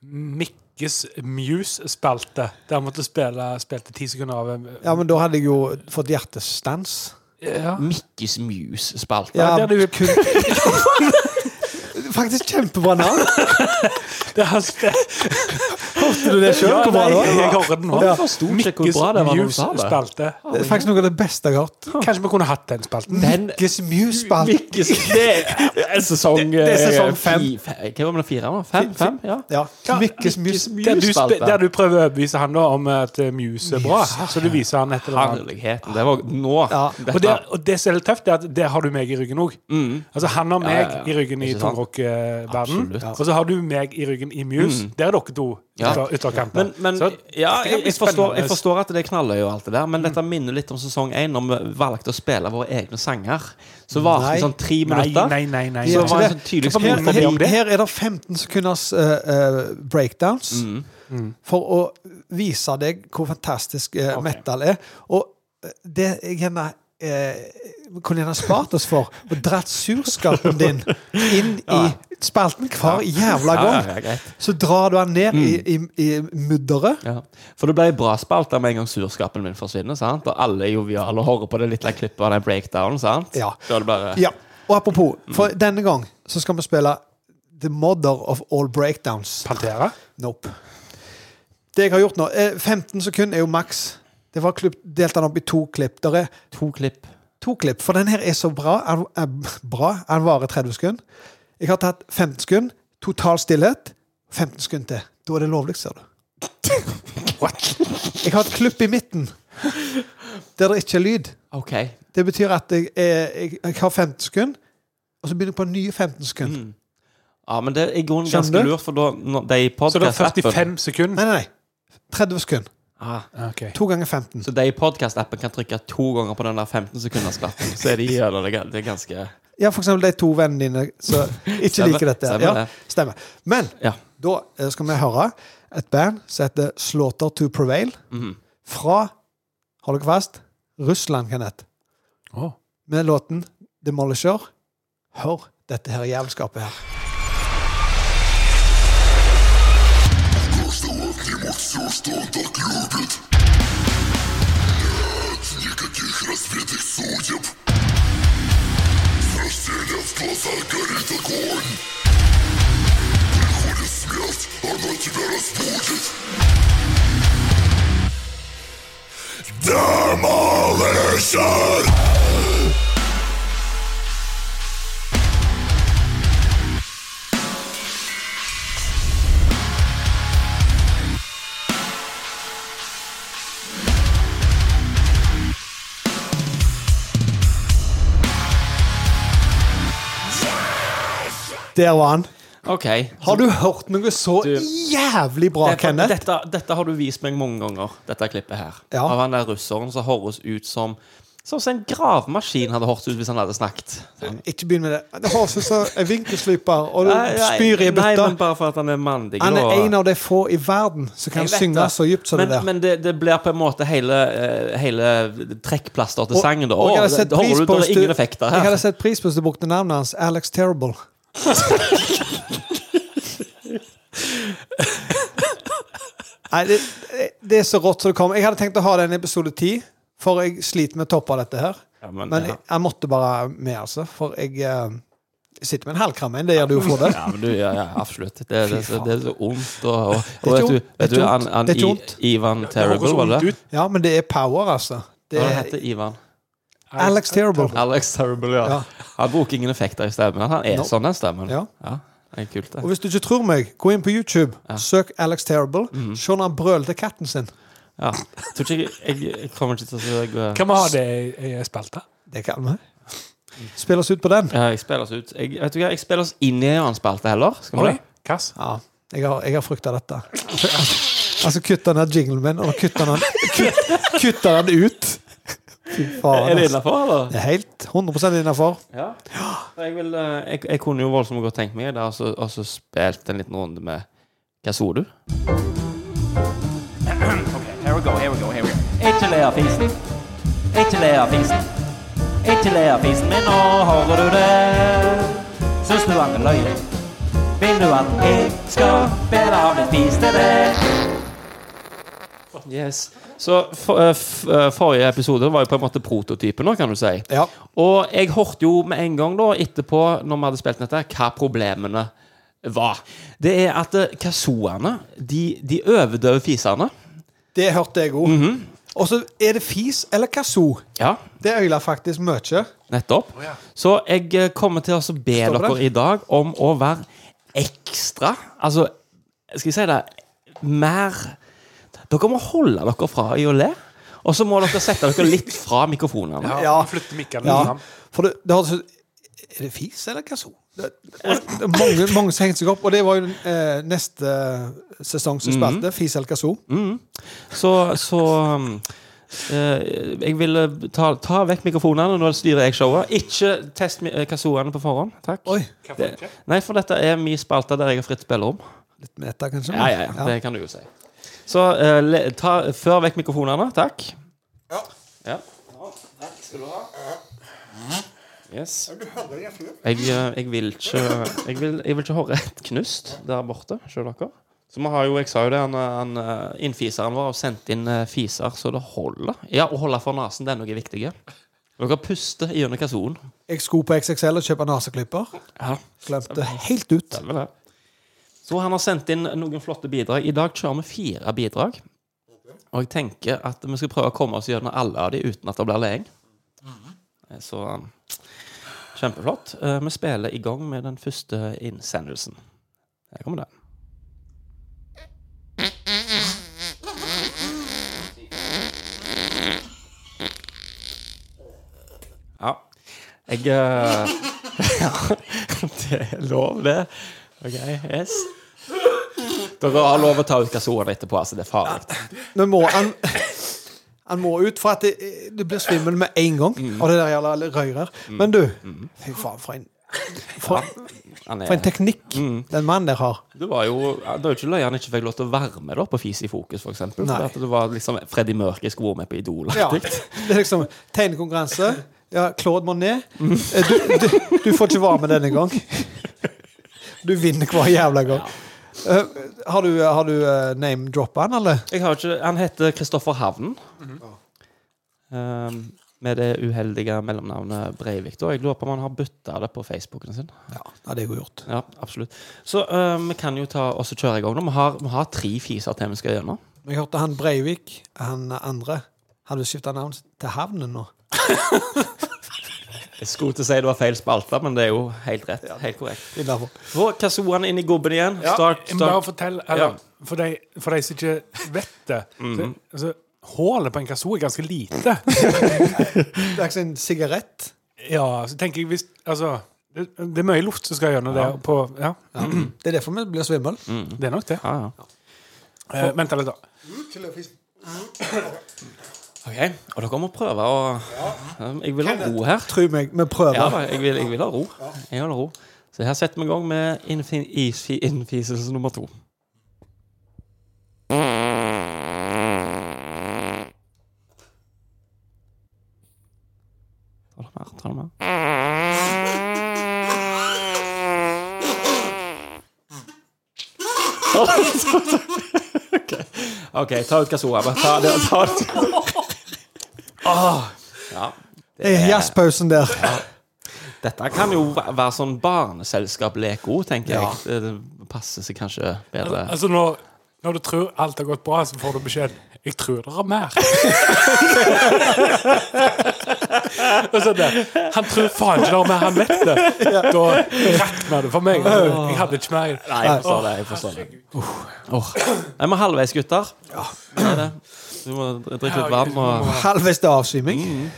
Speaker 6: Mikkes Muse-spalte, der han måtte spille spilte ti sekunder av en
Speaker 5: Ja, men da hadde jeg jo fått hjertestans.
Speaker 6: ja.
Speaker 7: Mikkes Muse-spalte.
Speaker 5: Ja,
Speaker 6: der du-
Speaker 5: kun... Faktisk kjempebra navn.
Speaker 6: Det er spil-
Speaker 5: Hørte du det sjøl? Hvor bra det
Speaker 6: jeg, jeg
Speaker 5: var?
Speaker 6: hører den nå.
Speaker 5: Ja.
Speaker 7: forsto ikke hvor bra det var når du sa det.
Speaker 6: Muse-spalte.
Speaker 5: Det er faktisk noe av det beste jeg har hørt.
Speaker 6: Kanskje vi kunne hatt den spalten?
Speaker 7: Den
Speaker 5: Mikkes Muse-spalt.
Speaker 7: Mikkes Det er sesong
Speaker 5: Det- det er sesong
Speaker 7: eh,
Speaker 5: fem.
Speaker 7: fi- fe- Hva var det, fire? var det? Fem? fem ja.
Speaker 5: Ja. Mikkes Muse.
Speaker 7: Mikkes
Speaker 6: Der du, sp-
Speaker 7: Muse-spalte.
Speaker 6: der du prøver å overbevise han da om at eh, Muse er bra, så du viser han et eller annet.
Speaker 7: Herligheten. Det var nå.
Speaker 5: Ja,
Speaker 7: liksom Dette- Mm.
Speaker 6: Og det, og det som er litt tøft, er at der har du meg i ryggen òg. Altså, han har meg
Speaker 7: ja, ja.
Speaker 6: i ryggen i
Speaker 7: Ikke sant?
Speaker 6: tungrock-verden.
Speaker 7: Absolutt. Mm.
Speaker 6: Og så har du meg i ryggen i Muse. Der er dere to
Speaker 7: Ja.
Speaker 6: ytter- ytterkanter.
Speaker 7: men, men
Speaker 6: Så
Speaker 7: ja,
Speaker 6: det kan
Speaker 7: jeg,
Speaker 6: bli
Speaker 7: jeg, forstår, jeg
Speaker 6: spennende.
Speaker 7: forstår at det er knalløy og alt det der, men dette minner litt om sesong én, når vi valgte å spille våre egne sanger. Så varte
Speaker 5: Nei.
Speaker 7: det sånn tre
Speaker 6: Nei,
Speaker 7: minutter.
Speaker 6: nei, nei. nei.
Speaker 7: Så
Speaker 5: Ja.
Speaker 7: var det en sånn tydelig
Speaker 5: Her,
Speaker 7: spor forbi om
Speaker 5: her,
Speaker 7: det.
Speaker 5: her er det 15 sekunders eh, eh, breakdowns
Speaker 7: Mm.
Speaker 5: for å vise deg hvor fantastisk eh, metal er. Og eh, det jeg gjerne eh, kunne gjerne spart oss for, og dratt surskapen din inn i spalten hver jævla
Speaker 7: Ja, ja,
Speaker 5: gang.
Speaker 7: ja, greit. Mm.
Speaker 5: Så drar du den ned i, i, i mudderet.
Speaker 7: Ja. For det ble en bra spalte med en gang surskapen min forsvinner. sant? Og alle er joviale og hører på det lille klippet av den breakdownen. sant?
Speaker 5: Ja.
Speaker 7: Da er det bare...
Speaker 5: Ja. Og apropos, for denne gang så skal vi spille The Mother of All Breakdowns.
Speaker 6: Pantera?
Speaker 5: Nope. Det jeg har gjort nå eh, 15 sekunder er jo maks. Det var klipp, delt den opp i to klipp. Der er
Speaker 7: To klipp.
Speaker 5: to klipp, for den her er så bra. Han, er, bra. han varer 30 sekunder. Jeg har tatt 15 sekunder, total stillhet. 15 sekunder til. Da er det lovlig, ser du. Jeg har et klipp i midten der det ikke er lyd.
Speaker 7: Ok.
Speaker 5: Det betyr at jeg, eh, jeg, jeg har 15 sekunder, og så begynner jeg på en ny 15 sekunder.
Speaker 7: Mm. Ja, men det er i grunnen ganske
Speaker 5: Skjønner du?
Speaker 7: lurt, for da når de i
Speaker 6: Så det er
Speaker 7: podcast-appen
Speaker 6: 45 sekunder?
Speaker 5: Nei, nei, nei. 30 sekunder.
Speaker 7: ah,
Speaker 6: Ok.
Speaker 5: To ganger 15.
Speaker 7: Så de i podcast-appen kan trykke to ganger på den der 15-sekundersknappen, så er de gjennom det. Det er ganske
Speaker 5: Ja, for eksempel de to vennene dine som ikke
Speaker 7: Stemmer.
Speaker 5: liker dette.
Speaker 7: Stemmer
Speaker 5: ja,
Speaker 7: det.
Speaker 5: stemmer. Men
Speaker 7: Ja.
Speaker 5: da eh, skal vi høre et band som heter Slaughter to Prevail,
Speaker 7: Mm-hmm.
Speaker 5: fra Hold dere fast Russland, Kenneth.
Speaker 6: Å.
Speaker 5: Med låten Demolisher. Hør dette her jævelskapet her. Der var han.
Speaker 7: OK.
Speaker 5: Har du hørt noe så
Speaker 7: Du-
Speaker 5: jævlig bra,
Speaker 7: Dette,
Speaker 5: Kenneth?
Speaker 7: dette, dette har du vist meg mange ganger, dette klippet her.
Speaker 5: Ja.
Speaker 7: Av han der russeren som høres ut som Som som en gravemaskin hadde hørt ut hvis han hadde snakket.
Speaker 5: Ikke begynn med det. Det høres ut som en vinkelsliper, og du
Speaker 7: Nei, nei,
Speaker 5: spyr i
Speaker 7: Nei,
Speaker 5: bøtta.
Speaker 7: men bare for at han er mandig.
Speaker 5: Han er
Speaker 7: og-
Speaker 5: en av de få i verden som kan
Speaker 7: Jeg vet
Speaker 5: synge
Speaker 7: det.
Speaker 5: så dypt som
Speaker 7: men,
Speaker 5: det der.
Speaker 7: Men det, det blir på en måte hele, eh, hele trekkplaster til
Speaker 5: Og-
Speaker 7: sangen. Da
Speaker 5: og jeg
Speaker 7: Å,
Speaker 5: hadde
Speaker 7: det-
Speaker 5: sett
Speaker 7: da
Speaker 5: pris
Speaker 7: holder du
Speaker 5: på
Speaker 7: det
Speaker 5: hvis
Speaker 7: er
Speaker 5: du-
Speaker 7: ingen effekter
Speaker 5: Jeg
Speaker 7: her.
Speaker 5: hadde sett pris på hvis du brukte navnet hans. Alex Terrible. Nei, det, det er så rått som det kommer. Jeg hadde tenkt å ha den i episode 10, for jeg sliter med å toppe dette her.
Speaker 7: Ja, men,
Speaker 5: Men
Speaker 7: ja.
Speaker 5: jeg, jeg måtte bare med, altså. For jeg eh, sitter med en halvkram igjen. Det gjør du jo, Frode.
Speaker 7: Ja, men du, ja, ja, absolutt. Det, det, det,
Speaker 5: Fy faen.
Speaker 7: det er så ondt. Og, og,
Speaker 5: Det er
Speaker 7: og
Speaker 5: ikke
Speaker 7: vet du,
Speaker 5: ondt. Det er
Speaker 7: vet du
Speaker 5: ikke
Speaker 7: han,
Speaker 5: ondt.
Speaker 7: han
Speaker 5: Det er ikke
Speaker 7: I,
Speaker 5: ondt.
Speaker 7: Ivan
Speaker 6: Det høres
Speaker 7: Terrible, var
Speaker 6: vondt
Speaker 7: det?
Speaker 6: ut.
Speaker 5: Ja, men det er power, altså. Det
Speaker 7: Hva
Speaker 5: er
Speaker 7: heter Ivan?
Speaker 5: Alex Terrible.
Speaker 7: Alex Terrible, ja.
Speaker 5: Ja.
Speaker 7: Han bruker ingen effekter i stemmen. Han er
Speaker 5: No.
Speaker 7: sånn, den stemmen.
Speaker 5: Ja.
Speaker 7: det er kult,
Speaker 5: Og
Speaker 7: det.
Speaker 5: hvis du ikke tror meg, gå inn på YouTube, søk Alex Terrible,
Speaker 7: Mhm.
Speaker 5: se når han brøler til katten sin.
Speaker 7: Ja. Jeg tror ikke jeg, jeg, jeg kommer ikke til å si deg eh,
Speaker 6: Kan vi ha det i, i spalta?
Speaker 5: Det kan vi. Spill oss ut på den.
Speaker 7: Ja, jeg spiller oss ut. Jeg, vet du hva, jeg spiller oss inn i en annen spalte heller. Skal vi
Speaker 6: Oi,
Speaker 7: det?
Speaker 6: Kass.
Speaker 5: Ja, jeg har, jeg har frykta dette. Altså, kutta ned jinglen min, og kutta den, kutt, kutta den ut. Fy
Speaker 7: Er
Speaker 5: faen.
Speaker 7: det
Speaker 5: ass.
Speaker 7: innafor, eller?
Speaker 5: Det er helt 100 innafor.
Speaker 7: Ja. Jeg, vil, eh, jeg, jeg kunne jo voldsomt godt tenkt meg det, og så- og så spilt en liten runde med Hva så du?
Speaker 8: Here we go, here we go, here we go. Ikke le av fisen. Ikke le av fisen. Ikke le av fisen min, nå hører du det. Syns du han er løye? Vil du at jeg skal spille av din fis til deg?
Speaker 7: Yes. Så for, eh, f, eh, forrige episode var jo på en måte prototypen nå, kan du si.
Speaker 5: Ja.
Speaker 7: Og jeg hørte jo med en gang da, etterpå, når vi hadde spilt dette, hva problemene var. Det er at eh, kazooene, de, de overdøver fisene.
Speaker 5: Det hørte jeg òg.
Speaker 7: Mhm.
Speaker 5: Og så er det fis eller kazoo.
Speaker 7: Ja,
Speaker 5: Det øyler faktisk mye.
Speaker 7: Nettopp. Så jeg eh, kommer til å så be
Speaker 5: Står på
Speaker 7: dere
Speaker 5: den.
Speaker 7: i dag om å være ekstra Altså, skal jeg si det Mer Dere må holde dere fra i å le. Og så må dere sette dere litt fra mikrofonene.
Speaker 6: Ja,
Speaker 5: Ja.
Speaker 6: Flytte mikkene litt
Speaker 5: Ja,
Speaker 6: fram.
Speaker 5: for det, det høres ut Er det fis eller kazoo? Det, det er mange, mange som hengte seg opp, og det var jo eh, neste eh, sesong som
Speaker 7: Mhm.
Speaker 5: spilte. Fis eller kazoo.
Speaker 7: Så, så um, eh, Jeg vil eh, ta, ta vekk mikrofonene. Nå styrer jeg showet. Ikke test mi- eh, kazooene på forhånd. Takk.
Speaker 5: Oi.
Speaker 6: Hva får jeg ikke?
Speaker 7: Nei, for dette er min spalte der jeg har fritt spillerom.
Speaker 5: Litt meta, kanskje?
Speaker 7: Ja, ja, ja, det kan du jo si. Så eh, le, ta, før vekk mikrofonene, takk. Ja. Takk skal du ha. Yes. Jeg, eh, jeg vil ikke Jeg vil, jeg vil ikke høre et knust der borte, sjøl dere. Så vi har jo, jeg sa jo det, han, han eh, innfiseren vår har sendt inn eh, fiser så det holder. Ja, å holde for nesen, det er noe viktig. Dere puster gjennom kassonen.
Speaker 5: Jeg skulle på XXL og kjøpe naseklipper.
Speaker 7: Ja.
Speaker 5: Glemte helt ut.
Speaker 7: Stemmer det. Så han har sendt inn noen flotte bidrag. I dag kjører vi fire bidrag. Og jeg tenker at vi skal prøve å komme oss gjennom alle av de uten at det blir leing. Eh, Så um, kjempeflott. Eh, Vi spiller i gang med den første innsendelsen. Her kommer den. Ja. Jeg eh, det er lov, det. Ok, yes. Dere har lov å ta ut kassoen etterpå, altså. Det er farlig.
Speaker 5: Men må han Han må ut, for at det, det blir svimmel
Speaker 7: Mhm.
Speaker 5: med en gang. Og det der jævla røret. Men du Fy faen, for en for,
Speaker 7: Han
Speaker 5: For en
Speaker 7: er,
Speaker 5: teknikk
Speaker 7: Mhm.
Speaker 5: den mannen der har.
Speaker 7: det var jo det var jo ikke løye han ikke fikk lov til å være med da, på Fis i fokus, f.eks.
Speaker 5: Nei.
Speaker 7: Det var liksom Freddy Mørke skulle vært med på Idol.
Speaker 5: Ja. Det er liksom tegnekonkurranse. Ja, Claude Monet. Eh, Du, du, du får ikke være med denne gang. Du vinner hver jævla gang. Eh, har du, har du eh, name-droppa han, eller?
Speaker 7: Jeg har ikke, han heter Kristoffer Havnen.
Speaker 5: Mhm.
Speaker 7: Um, med det uheldige mellomnavnet Breivik. Da. Jeg lurer på om han har bytta det på Facebooken sin.
Speaker 5: Ja, det er godt gjort.
Speaker 7: Ja, absolutt. Så eh, vi kan jo ta også kjøre i gang nå. Vi har, vi har tre fiser til vi skal gjennom.
Speaker 5: Jeg hørte han Breivik, han andre, hadde skifta navn til Havnen nå.
Speaker 7: Jeg skulle til å si det var feil spalte, men det er jo helt rett. Helt korrekt.
Speaker 5: Det er derfor.
Speaker 7: Få kazooen inn i gubben igjen. Start,
Speaker 6: Jeg må Bare
Speaker 7: start.
Speaker 6: fortell, eller,
Speaker 7: Ja. Mhm.
Speaker 6: for, de, for de som ikke vet det så, altså, Hålet på en kazoo er ganske lite.
Speaker 5: Det er ikke en sigarett.
Speaker 6: Ja, så tenker jeg hvis Altså, det, det er mye luft som skal gjennom det. På, ja,
Speaker 5: Det er derfor vi blir svimmel.
Speaker 6: Det er nok det.
Speaker 7: Ja, ja.
Speaker 6: Eh, vent litt, da.
Speaker 7: OK. Og dere må prøve å Um, Jeg vil ha ro her.
Speaker 5: Tro meg, vi prøver.
Speaker 7: Ja, da, jeg vil, jeg vil ha ro. Jeg vil ha ro. Så her setter vi i gang med innfi- isfi- innfiselse nummer to. Ta det mer, ta det mer. Ok. OK, ta ut kazooa. bare Ta det. Ta Ah, det.
Speaker 5: Det er jazzpausen der.
Speaker 7: Dette kan jo væ- være sånn barneselskap-lek òg, tenker jeg. Det- Det passer seg kanskje bedre.
Speaker 6: Altså, når, når du tror alt har gått bra, så får du beskjed Jeg tror det er mer. Og så det. Han tror faen ikke det er mer, han vet det. Da rakner det for meg. Altså, Jeg hadde ikke mer.
Speaker 7: Nei, jeg forstår det. jeg forstår det Åh. Åh. Nei, Vi er halvveis, gutter. Det er det. Du må dri- drikke litt vann. Og...
Speaker 5: Halvveis til avsviming.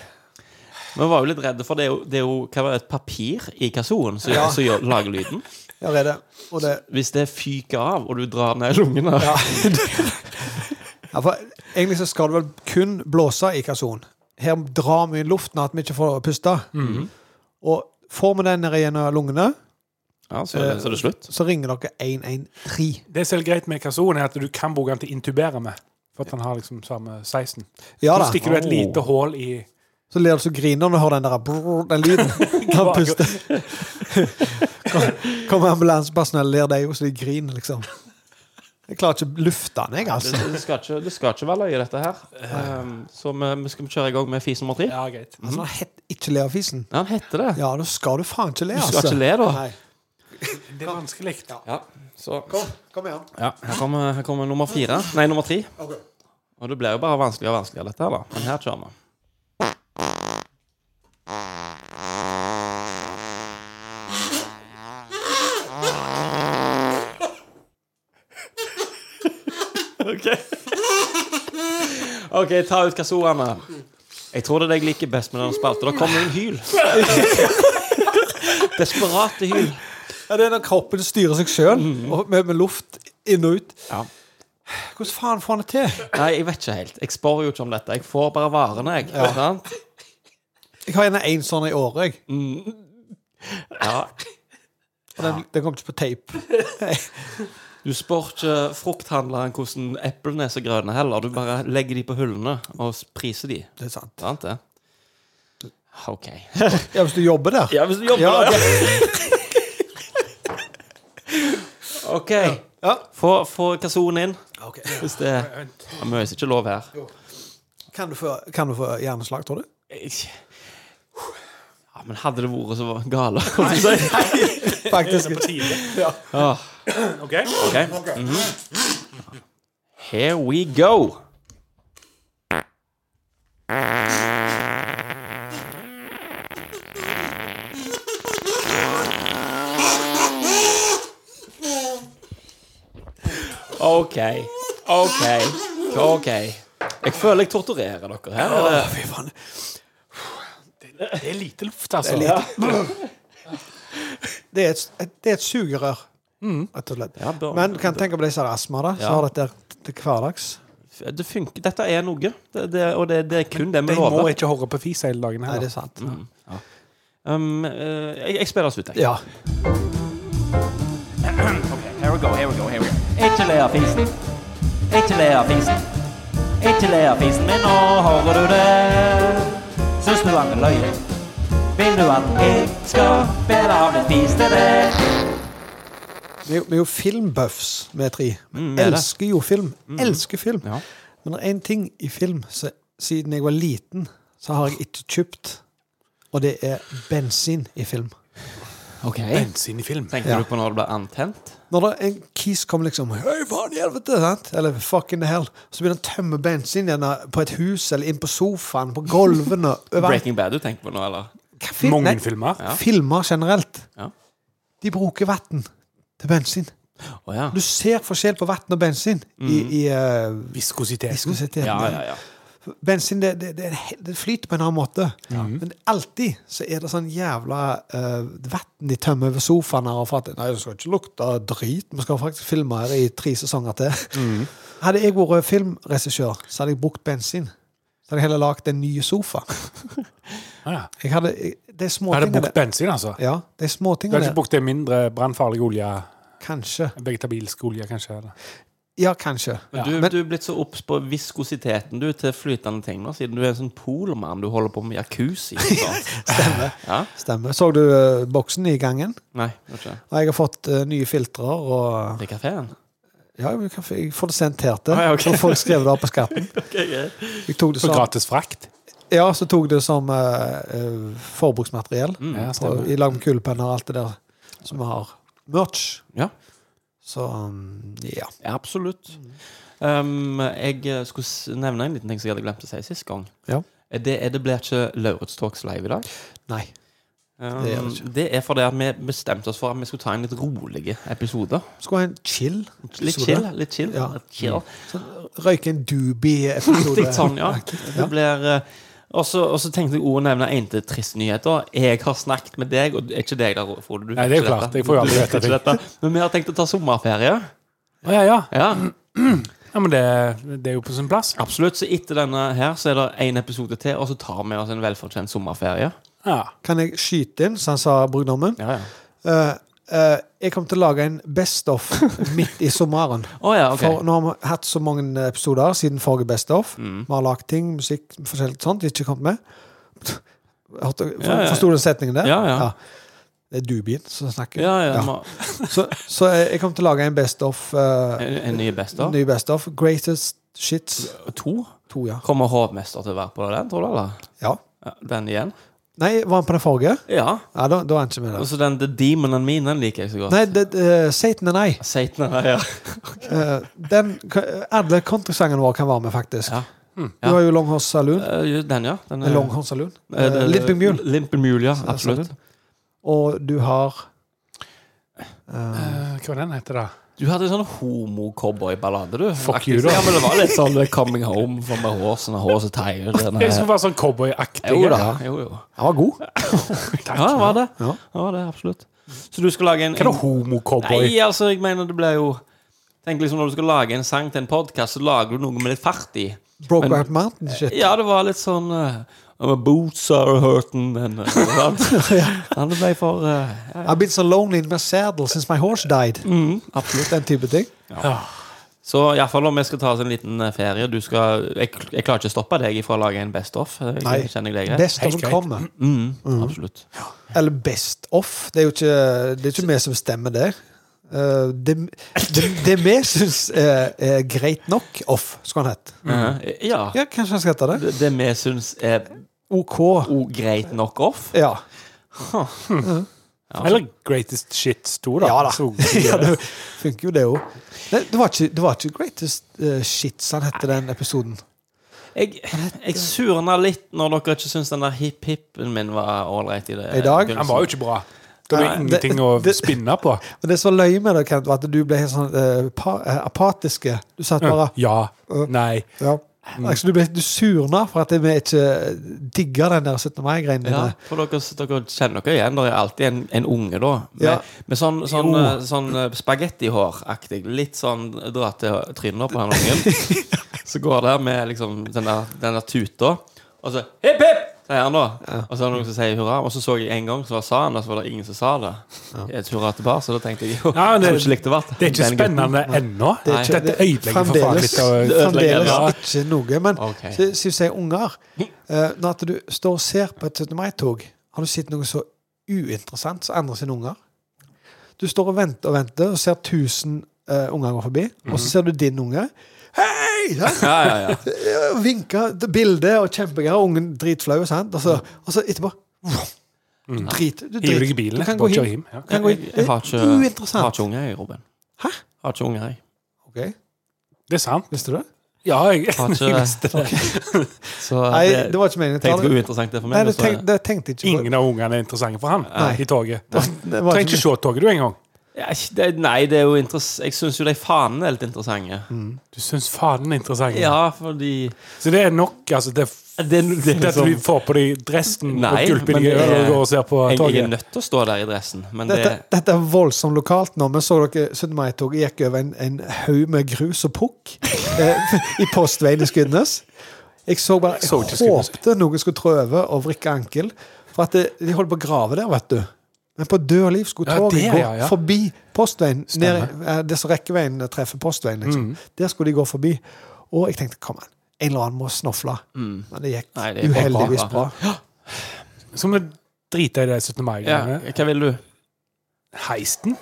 Speaker 7: Vi var jo litt redde, for det er jo, det er jo hva var det, et papir i kazooen som,
Speaker 5: Ja.
Speaker 7: som gjør, lager lyden.
Speaker 5: Der er det. Og det
Speaker 7: Hvis det fyker av, og du drar ned lungene
Speaker 5: ja. ja, for Egentlig så skal du vel kun blåse i kasson. Her drar vi inn luften at vi ikke får puste.
Speaker 7: Mhm.
Speaker 5: Og får vi den ned gjennom lungene,
Speaker 7: Ja, så, er det, så er det slutt.
Speaker 5: så ringer dere 113.
Speaker 6: Det som er greit med kazooen, er at du kan bruke den til å intubere med. For at den har liksom samme 16.
Speaker 5: Ja
Speaker 6: Så
Speaker 5: da.
Speaker 6: stikker du et lite hull i
Speaker 5: Så ler du så griner når du hører den der brrr, den lyden. Han puster. Kom- Kommer ambulansepersonell, ler deg jo så de griner, liksom. Jeg klarer ikke å lufte den, jeg, altså.
Speaker 7: Det, det, skal ikke, det skal ikke være løye, dette her. Ehm, så vi, vi skal kjøre i gang med fis nummer tre.
Speaker 6: Ja, greit.
Speaker 5: altså når het ikke le av fisen,
Speaker 7: Ja, han heter det.
Speaker 5: ja, da skal du faen ikke le,
Speaker 7: Du
Speaker 5: altså.
Speaker 7: skal ikke le, da.
Speaker 5: Nei.
Speaker 6: Det er vanskelig.
Speaker 7: Ja, så
Speaker 5: Kom, kom igjen.
Speaker 7: Ja, her kommer, her kommer nummer fire. Nei, nummer tre. Og det blir jo bare vanskeligere og vanskeligere, dette her, da. Men her kjører vi. OK. OK, ta ut kazooene. Jeg tror det er det jeg liker best med denne spalten. Da kommer det en hyl. Desperate hyl.
Speaker 5: Ja, det er når kroppen styrer seg sjøl, med, med luft inn og ut.
Speaker 7: Mhm. Ja.
Speaker 5: Hvordan faen får han det til?
Speaker 7: Nei, jeg vet ikke helt. Jeg spør jo ikke om dette. Jeg får bare varene, jeg. Ja. Sant?
Speaker 5: Jeg har gjerne én sånn i året, jeg.
Speaker 7: Mm. Ja.
Speaker 5: Og den, den kom ikke på tape.
Speaker 7: Du spør ikke frukthandleren hvordan eplene er så grønne heller. Du bare legger de på hyllene og s- priser de.
Speaker 5: Det er sant.
Speaker 7: Sant det? OK.
Speaker 5: Ja, hvis du jobber der.
Speaker 7: Ja, hvis du jobber
Speaker 5: Ja,
Speaker 7: der. OK.
Speaker 5: Ja.
Speaker 7: Få, få kazooen inn.
Speaker 5: Ok.
Speaker 7: Hvis det ja, Vi øser ikke lov her.
Speaker 5: Kan du få, kan du få hjerneslag, tror du?
Speaker 7: Ja, men hadde det vært så gale, holdt jeg på å si.
Speaker 5: Faktisk.
Speaker 7: Åh.
Speaker 6: OK?
Speaker 7: Ok. Mhm. Here we go. OK. OK. OK. Jeg føler jeg torturerer dere her. eller?
Speaker 5: Fy faen.
Speaker 6: Det er lite luft, altså.
Speaker 5: Det er et, et, det er et sugerør, rett og slett.
Speaker 7: Mm. Ja, bør-
Speaker 5: Men du kan tenke på de som har astma, da, så
Speaker 7: Ja.
Speaker 5: har dette til hverdags.
Speaker 7: Det funker. Dette er noe, det, det, og det, det er kun det vi
Speaker 6: Jeg må
Speaker 7: lover.
Speaker 6: ikke høre på fis hele dagen.
Speaker 5: Nei,
Speaker 7: Mm.
Speaker 6: Her.
Speaker 5: det er sant.
Speaker 7: Um, eh, jeg, jeg spiller oss ut, jeg.
Speaker 5: Ja.
Speaker 8: we go, here we go, here we go. Eteleafisen. Eteleafisen. Eteleafisen. Men nå hører du det. Syns du han løy? Vil du at jeg skal bedre av det spiste det?
Speaker 5: Vi er jo, vi er jo filmbuffs, vi tre. Vi
Speaker 7: Mm, vi er det. Mm.
Speaker 5: elsker jo film. Elsker film.
Speaker 7: Ja.
Speaker 5: Men det er én ting i film så, siden jeg var liten, så har jeg ikke kjøpt, og det er bensin i film.
Speaker 7: Ok.
Speaker 6: Bensin i film.
Speaker 7: Tenkte
Speaker 5: Ja.
Speaker 7: du på når det ble antent?
Speaker 5: Når det er en kis kommer liksom Hei, faen i helvete! Sant? Eller fuck in the hell. Så begynner han å tømme bensin igjen på et hus, eller inn på sofaen, på gulvene overalt.
Speaker 7: Breaking Bad du tenker på nå, eller?
Speaker 5: Hva fil-
Speaker 6: Mange
Speaker 5: nei,
Speaker 6: filmer.
Speaker 7: Ja.
Speaker 5: Filmer generelt.
Speaker 7: Ja.
Speaker 5: De bruker vann til bensin.
Speaker 7: Å ja.
Speaker 5: Du ser forskjell på vann og bensin i, i eh,
Speaker 6: Viskositeten.
Speaker 5: viskositeten.
Speaker 7: Mm. Ja, ja, ja.
Speaker 5: Bensin det, det, det, er he- det flyter på en annen måte. Men alltid så er det sånn jævla uh, vann de tømmer over sofaen her. Og for at, nei, det skal ikke lukte drit. Vi skal faktisk filme her i tre sesonger til.
Speaker 6: Mhm.
Speaker 5: Hadde jeg vært filmregissør, så hadde jeg brukt bensin. Så hadde jeg heller lagd en ny sofa.
Speaker 6: Ah, Ja.
Speaker 5: Jeg hadde, jeg- det er
Speaker 6: Du hadde
Speaker 5: småtingene
Speaker 6: brukt bensin, altså.
Speaker 5: ja, det er
Speaker 6: Du hadde
Speaker 5: småtingene
Speaker 6: ikke brukt det mindre brannfarlig olje.
Speaker 5: Kanskje.
Speaker 6: Vegetabilsk olje, kanskje. Eller.
Speaker 5: Ja, kanskje.
Speaker 7: Men Du, du er blitt så obs på viskositeten du til flytende ting nå, siden du er en sånn polmann. Du holder på med jacuzzi. og sånt.
Speaker 5: Stemmer. Så du eh, boksen i gangen?
Speaker 7: Nei, det er ikke det.
Speaker 5: Og jeg har fått eh, nye filtre og
Speaker 7: Det er kafeen.
Speaker 5: Ja, men kan- jeg får det sendt her til.
Speaker 7: Ah, ja, ok.
Speaker 5: Så folk skrev det av på skatten. Jeg tok det
Speaker 6: For
Speaker 5: som,
Speaker 6: gratis frakt.
Speaker 5: ja, så tok det som eh, eh, forbruksmateriell.
Speaker 7: Mm.
Speaker 6: Ja,
Speaker 5: på,
Speaker 6: stemmer.
Speaker 5: I lag med kulepenner og alt det der som vi har. Merch.
Speaker 7: Ja.
Speaker 5: Så mm, ja.
Speaker 7: Ja, absolutt. Um, jeg eh, skulle s- nevne en liten ting som jeg hadde glemt å si sist gang.
Speaker 5: Ja.
Speaker 7: Eh, Det, er- det blir ikke Lauritz Talks live i dag.
Speaker 5: Nei.
Speaker 7: Um,
Speaker 5: Det
Speaker 7: det,
Speaker 5: gjør
Speaker 7: er
Speaker 5: det
Speaker 7: fordi at vi bestemte oss for at vi skulle ta en litt rolig episode.
Speaker 5: Skulle ha en chill.
Speaker 7: Litt
Speaker 5: episode.
Speaker 7: chill. litt chill,
Speaker 5: Ja. Mm.
Speaker 7: chill.
Speaker 5: Røyke en doobie-episode.
Speaker 7: Litt sånn, ja. Det blir eh, og så og så tenkte jeg også å nevne en til trist nyhet. da. Jeg har snakket med deg, og det er ikke deg der, Frode. Du
Speaker 6: Nei, det er jo
Speaker 7: fikk ikke
Speaker 6: klart,
Speaker 7: dette.
Speaker 6: jeg får jo
Speaker 7: Du
Speaker 6: aldri
Speaker 7: fikk
Speaker 6: vite
Speaker 7: ikke dette. Men vi har tenkt å ta sommerferie.
Speaker 6: Å, ja, ja.
Speaker 7: Ja,
Speaker 6: ja, men det, det er jo på sin plass.
Speaker 7: absolutt. Så etter denne her så er det en episode til, og så tar vi oss en velfortjent sommerferie.
Speaker 6: Ja.
Speaker 5: Kan jeg skyte inn, som han sa brudgommen?
Speaker 7: Ja, ja.
Speaker 5: Eh, eh, jeg kommer til å lage en best of midt i sommeren.
Speaker 7: Å ja, ok.
Speaker 5: For nå har vi hatt så mange episoder siden forrige Best of.
Speaker 7: Mm.
Speaker 5: Vi har lagd ting, musikk, forskjellig sånt, ikke kommet med. Hørte- for-
Speaker 7: Ja, ja.
Speaker 5: Forsto du den setningen der?
Speaker 7: Ja, ja.
Speaker 5: Det er dubien som snakker.
Speaker 7: ja, ja,
Speaker 5: Ja.
Speaker 7: ma-
Speaker 5: Så, så jeg jeg kommer til å lage en Best of. eh,
Speaker 7: En, en ny best, da.
Speaker 5: ny Best of. Greatest Shits
Speaker 7: To?
Speaker 5: 2, ja.
Speaker 7: Kommer hovmester til å være på den, tror du, eller?
Speaker 5: ja.
Speaker 7: Ja, Den igjen?
Speaker 5: Nei, var han på den forrige?
Speaker 7: Ja.
Speaker 5: Ja, da, da er han ikke med
Speaker 7: Og
Speaker 5: der.
Speaker 7: så den The Demon and Me, den liker jeg så godt.
Speaker 5: Nei, det, eh, Satan and I.
Speaker 7: Satan er ja.
Speaker 5: Eh, den, alle countrysangene våre kan være med, faktisk. Hm.
Speaker 7: Ja.
Speaker 5: Du har jo Longhorns Saloon.
Speaker 7: Eh, Den, ja. Den
Speaker 5: Eh, Longhorns Saloon.
Speaker 7: Eh, det-
Speaker 5: Uh, Limping Mule.
Speaker 7: Limping Mule, ja. Absolutt.
Speaker 5: Og du har
Speaker 6: Eh, Hva var den heter da?
Speaker 7: Du hadde en sånn homo-cowboy-ballade, du.
Speaker 6: Fuck you, da.
Speaker 7: Ja, men det var litt sånn eh, Coming Home for sånn med håsen og hås og teier. den
Speaker 6: Jeg
Speaker 7: her.
Speaker 6: skulle være sånn cowboyaktig.
Speaker 7: Jo da. Jo, jo.
Speaker 5: Han var god.
Speaker 6: Takk.
Speaker 7: Ja, det var det.
Speaker 5: Ja.
Speaker 7: Ja, det var det, absolutt. Så du skal lage en,
Speaker 6: Hva er det
Speaker 7: en
Speaker 6: homo-cowboy?
Speaker 7: Nei, altså, jeg mener det blir jo Tenk liksom Når du skal lage en sang til en podkast, så lager du noe med litt fart i.
Speaker 5: Brokeback Mountain. Shit.
Speaker 7: Ja, det var litt sånn eh, My boots are hurting and, eh, sant? Ja, Det ble for eh, ja, Mm.
Speaker 5: I've been so lonely in my saddle since my horse died.
Speaker 7: Absolutt.
Speaker 5: Den type ting.
Speaker 7: Så iallfall om vi skal ta oss en liten eh, ferie du skal, jeg, jeg klarer ikke å stoppe deg ifra å lage en best of. eh,
Speaker 5: Nei.
Speaker 7: Kjenner jeg deg rett?
Speaker 5: Best of
Speaker 6: Helt greit.
Speaker 5: kommer.
Speaker 7: Mm, Absolutt.
Speaker 5: Eller best of. Det er jo ikke Det er ikke vi som bestemmer det. Eh, det, det, det vi syns er, er greit nok off, skulle han hett.
Speaker 7: Eh, Ja.
Speaker 5: Ja, kanskje han skal hete det.
Speaker 7: Det, det vi syns er
Speaker 5: OK.
Speaker 7: o- greit nok off.
Speaker 5: Ja.
Speaker 6: Eller Greatest Shits 2, da.
Speaker 5: Ja da.
Speaker 6: Så-
Speaker 5: ja, det funker jo, det òg. Det, det, var ikke- det var ikke Greatest eh, Shits han hette den episoden.
Speaker 7: Jeg, jeg surna litt når dere ikke syns den der hip-hipen min var ålreit i det.
Speaker 5: I dag?
Speaker 6: Han var jo ikke bra. Det var
Speaker 5: Nei,
Speaker 6: ingenting
Speaker 5: det-
Speaker 6: å
Speaker 5: det-
Speaker 6: spinne på.
Speaker 5: Men det er så løye med det, Kent, var at du ble helt sånn eh, pa, eh, apatiske. Du satt bare
Speaker 6: Ja. Mm. Nei.
Speaker 5: ja. Altså, du, ble, du surna for at vi ikke digger den der 17. mai-greien din.
Speaker 7: Ja, for dere, dere kjenner dere igjen. Det er alltid en, en unge, da. Med,
Speaker 5: Ja.
Speaker 7: med sånn, sånn, eh, sånn eh, spagettihåraktig. Litt sånn dra til trynet på han ungen. Så går det med liksom den der, den der tuta, og så hipp, hipp! sier han da. Og så er det noen som sier hurra. Og så så jeg en gang, så var- sa han det, så var det ingen som sa det. Et hurra til bar, så da tenkte jeg jo
Speaker 6: Ja, det-
Speaker 7: jeg tror ikke likt det ble.
Speaker 6: Det er ikke
Speaker 7: Den gutten.
Speaker 6: spennende ennå.
Speaker 5: Det er ikke-
Speaker 6: Dette ødelegger for faen
Speaker 5: fremdeles,
Speaker 6: litt. av- eh,
Speaker 7: Det ødelegger,
Speaker 5: fremdeles
Speaker 6: ja.
Speaker 5: ikke noe. Men
Speaker 7: Ok.
Speaker 5: okay. si si unger eh, Når at du står og ser på et 17. mai-tog, har du sett noe så uinteressant som andre sine unger? Du står og venter og venter og ser 1000 eh, unger gå forbi, og
Speaker 6: Mhm.
Speaker 5: så ser du din unge. Hei! sant?
Speaker 7: Ja, ja, ja.
Speaker 5: Og Vinker til bildet og kjempegøy, og ungen dritflau. sant? Og så,
Speaker 7: Mm.
Speaker 5: og så etterpå du drit, du,
Speaker 6: Hiver deg i
Speaker 5: drit.
Speaker 6: bilen
Speaker 5: du kan
Speaker 6: etterpå
Speaker 5: gå
Speaker 6: og kjører
Speaker 5: hjem.
Speaker 6: hjem, ja.
Speaker 5: Du kan gå hjem.
Speaker 7: Jeg, jeg har ikke, jeg har
Speaker 5: Uinteressant.
Speaker 7: ikke unger, jeg, Robin.
Speaker 5: Hæ?
Speaker 7: Jeg har ikke unger, jeg.
Speaker 5: Ok,
Speaker 6: Det er sant.
Speaker 5: Visste du det?
Speaker 6: Ja, jeg,
Speaker 7: Har ikke,
Speaker 6: jeg visste det.
Speaker 7: Så
Speaker 5: Nei,
Speaker 7: det,
Speaker 5: det var ikke meningen. å ta
Speaker 7: tenkte hvor
Speaker 5: det.
Speaker 7: uinteressant det er for
Speaker 5: Nei,
Speaker 7: meg.
Speaker 5: det,
Speaker 7: og så er
Speaker 5: tenk, det tenkte jeg ikke på.
Speaker 6: Ingen av ungene er interessante for han
Speaker 5: Nei.
Speaker 6: i toget.
Speaker 5: Det var-
Speaker 6: Trenger
Speaker 5: det var
Speaker 6: ikke se toget, du, engang.
Speaker 7: Ja, ikke- det, nei, det er jo interess jeg syns jo de fanene er litt interessante.
Speaker 5: Mm.
Speaker 6: Du syns faen den er interessant.
Speaker 7: Ja, fordi
Speaker 6: Så det er nok, altså. Det,
Speaker 7: Det- det er
Speaker 6: det at
Speaker 7: liksom-
Speaker 6: du får på deg dressen
Speaker 7: Nei,
Speaker 6: og gulper deg i
Speaker 7: men det
Speaker 6: øret og
Speaker 7: er-
Speaker 6: går og ser på
Speaker 7: jeg, jeg er
Speaker 6: toget.
Speaker 7: nødt til å stå der i dressen. Men det,
Speaker 5: Dette, dette er voldsomt lokalt nå, men så dere 17. mai-toget gikk over en, en haug med grus og pukk eh, i postveien i Skudenes. Jeg så bare, jeg
Speaker 6: Så ikke Skudenes.
Speaker 5: håpte noen skulle trå over og vrikke ankel, for at det, de holdt på å grave der, vet du. Men på død og liv skulle
Speaker 6: Ja,
Speaker 5: toget
Speaker 6: det,
Speaker 5: gå
Speaker 6: ja, ja.
Speaker 5: forbi postveien. Ned,
Speaker 6: Stemmer. Mm.
Speaker 5: eh, det som rekkeveien treffer postveien, liksom. Der skulle de gå forbi. Og jeg tenkte, kom an, en eller annen må snofle.
Speaker 6: Mm.
Speaker 5: Men det gikk
Speaker 7: Nei, det gikk bra.
Speaker 5: uheldigvis bra.
Speaker 6: Så må vi drite i det 17.
Speaker 7: ja,
Speaker 6: mai-greiene.
Speaker 7: Hva vil du?
Speaker 6: Heisten?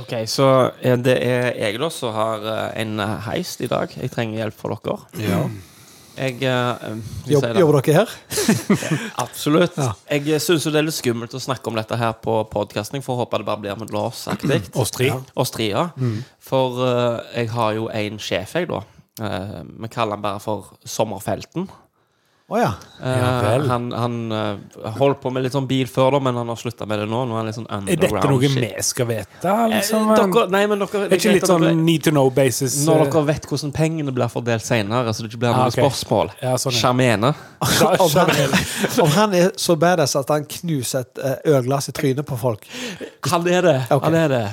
Speaker 7: Ok, Så eh, det er jeg da som har eh, en eh, heist i dag. Jeg trenger hjelp fra dere. Jeg, eh, skal jeg si
Speaker 5: Jobb,
Speaker 7: det?
Speaker 5: jobber dere her?
Speaker 7: Absolutt. Jeg syns det er litt skummelt å snakke om dette her på podkasten. Får håpe det bare blir med Lars-aktig.
Speaker 6: Mm. Oss tre. Mm.
Speaker 7: Oss tre, ja. For eh, jeg har jo en sjef, jeg, da. Eh, Vi kaller han bare for Sommerfelten.
Speaker 5: Å ja.
Speaker 7: Eh,
Speaker 6: Ja vel.
Speaker 7: han han eh, holdt på med litt sånn bil før, da, men han har slutta med det nå. Nå er han litt sånn
Speaker 6: Er dette
Speaker 7: underground.
Speaker 6: noe
Speaker 7: shit.
Speaker 6: vi skal vite?
Speaker 7: Eh,
Speaker 6: Liksom?
Speaker 7: dere, nei, men dere,
Speaker 6: er ikke litt sånn
Speaker 7: dere,
Speaker 6: need to eh, know-basis?
Speaker 7: Når dere vet hvordan pengene blir fordelt seinere, så det ikke blir noen
Speaker 6: Ah, ok.
Speaker 7: spørsmål.
Speaker 6: Ja, sånn, ja.
Speaker 7: Sjarmene.
Speaker 5: Om han, om han er så badass at han knuser et eh, ølglass i trynet på folk.
Speaker 7: Han er det.
Speaker 5: Ok.
Speaker 7: Han er det.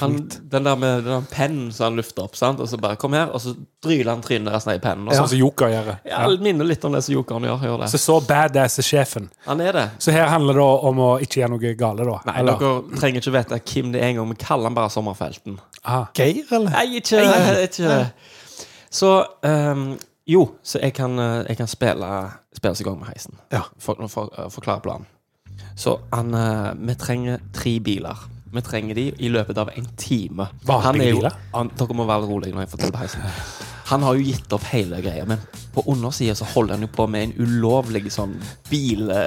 Speaker 7: Han, den der med den der pennen som han lufter opp, sant? og så bare kom her, og så dryler han trynet deres ned i pennen. Og
Speaker 6: Sånn
Speaker 7: så,
Speaker 6: som Joker gjør det.
Speaker 7: ja. det minner litt om det som jokeren gjør. gjør
Speaker 6: Så
Speaker 7: det.
Speaker 6: så badass er sjefen.
Speaker 7: Han er det.
Speaker 6: Så her handler det om å ikke gjøre noe gale, da?
Speaker 7: Nei,
Speaker 6: eller?
Speaker 7: Dere trenger ikke vete hvem det er engang. Vi kaller han bare Sommerfelten.
Speaker 6: Aha.
Speaker 5: Geir, eller?
Speaker 7: Nei, ikke, ikke. Så ehm, Jo, så jeg kan, eh, jeg kan spille, spille oss i gang med heisen.
Speaker 5: Ja.
Speaker 7: For, for, eh, forklare planen. Så han eh, Vi trenger tre biler. Vi trenger de i løpet av en time.
Speaker 6: Vanlige
Speaker 7: Han er jo,
Speaker 6: biler?
Speaker 7: han, dere må være rolige når jeg forteller på heisen. Han har jo gitt opp hele greia, men på undersida så holder han jo på med en ulovlig sånn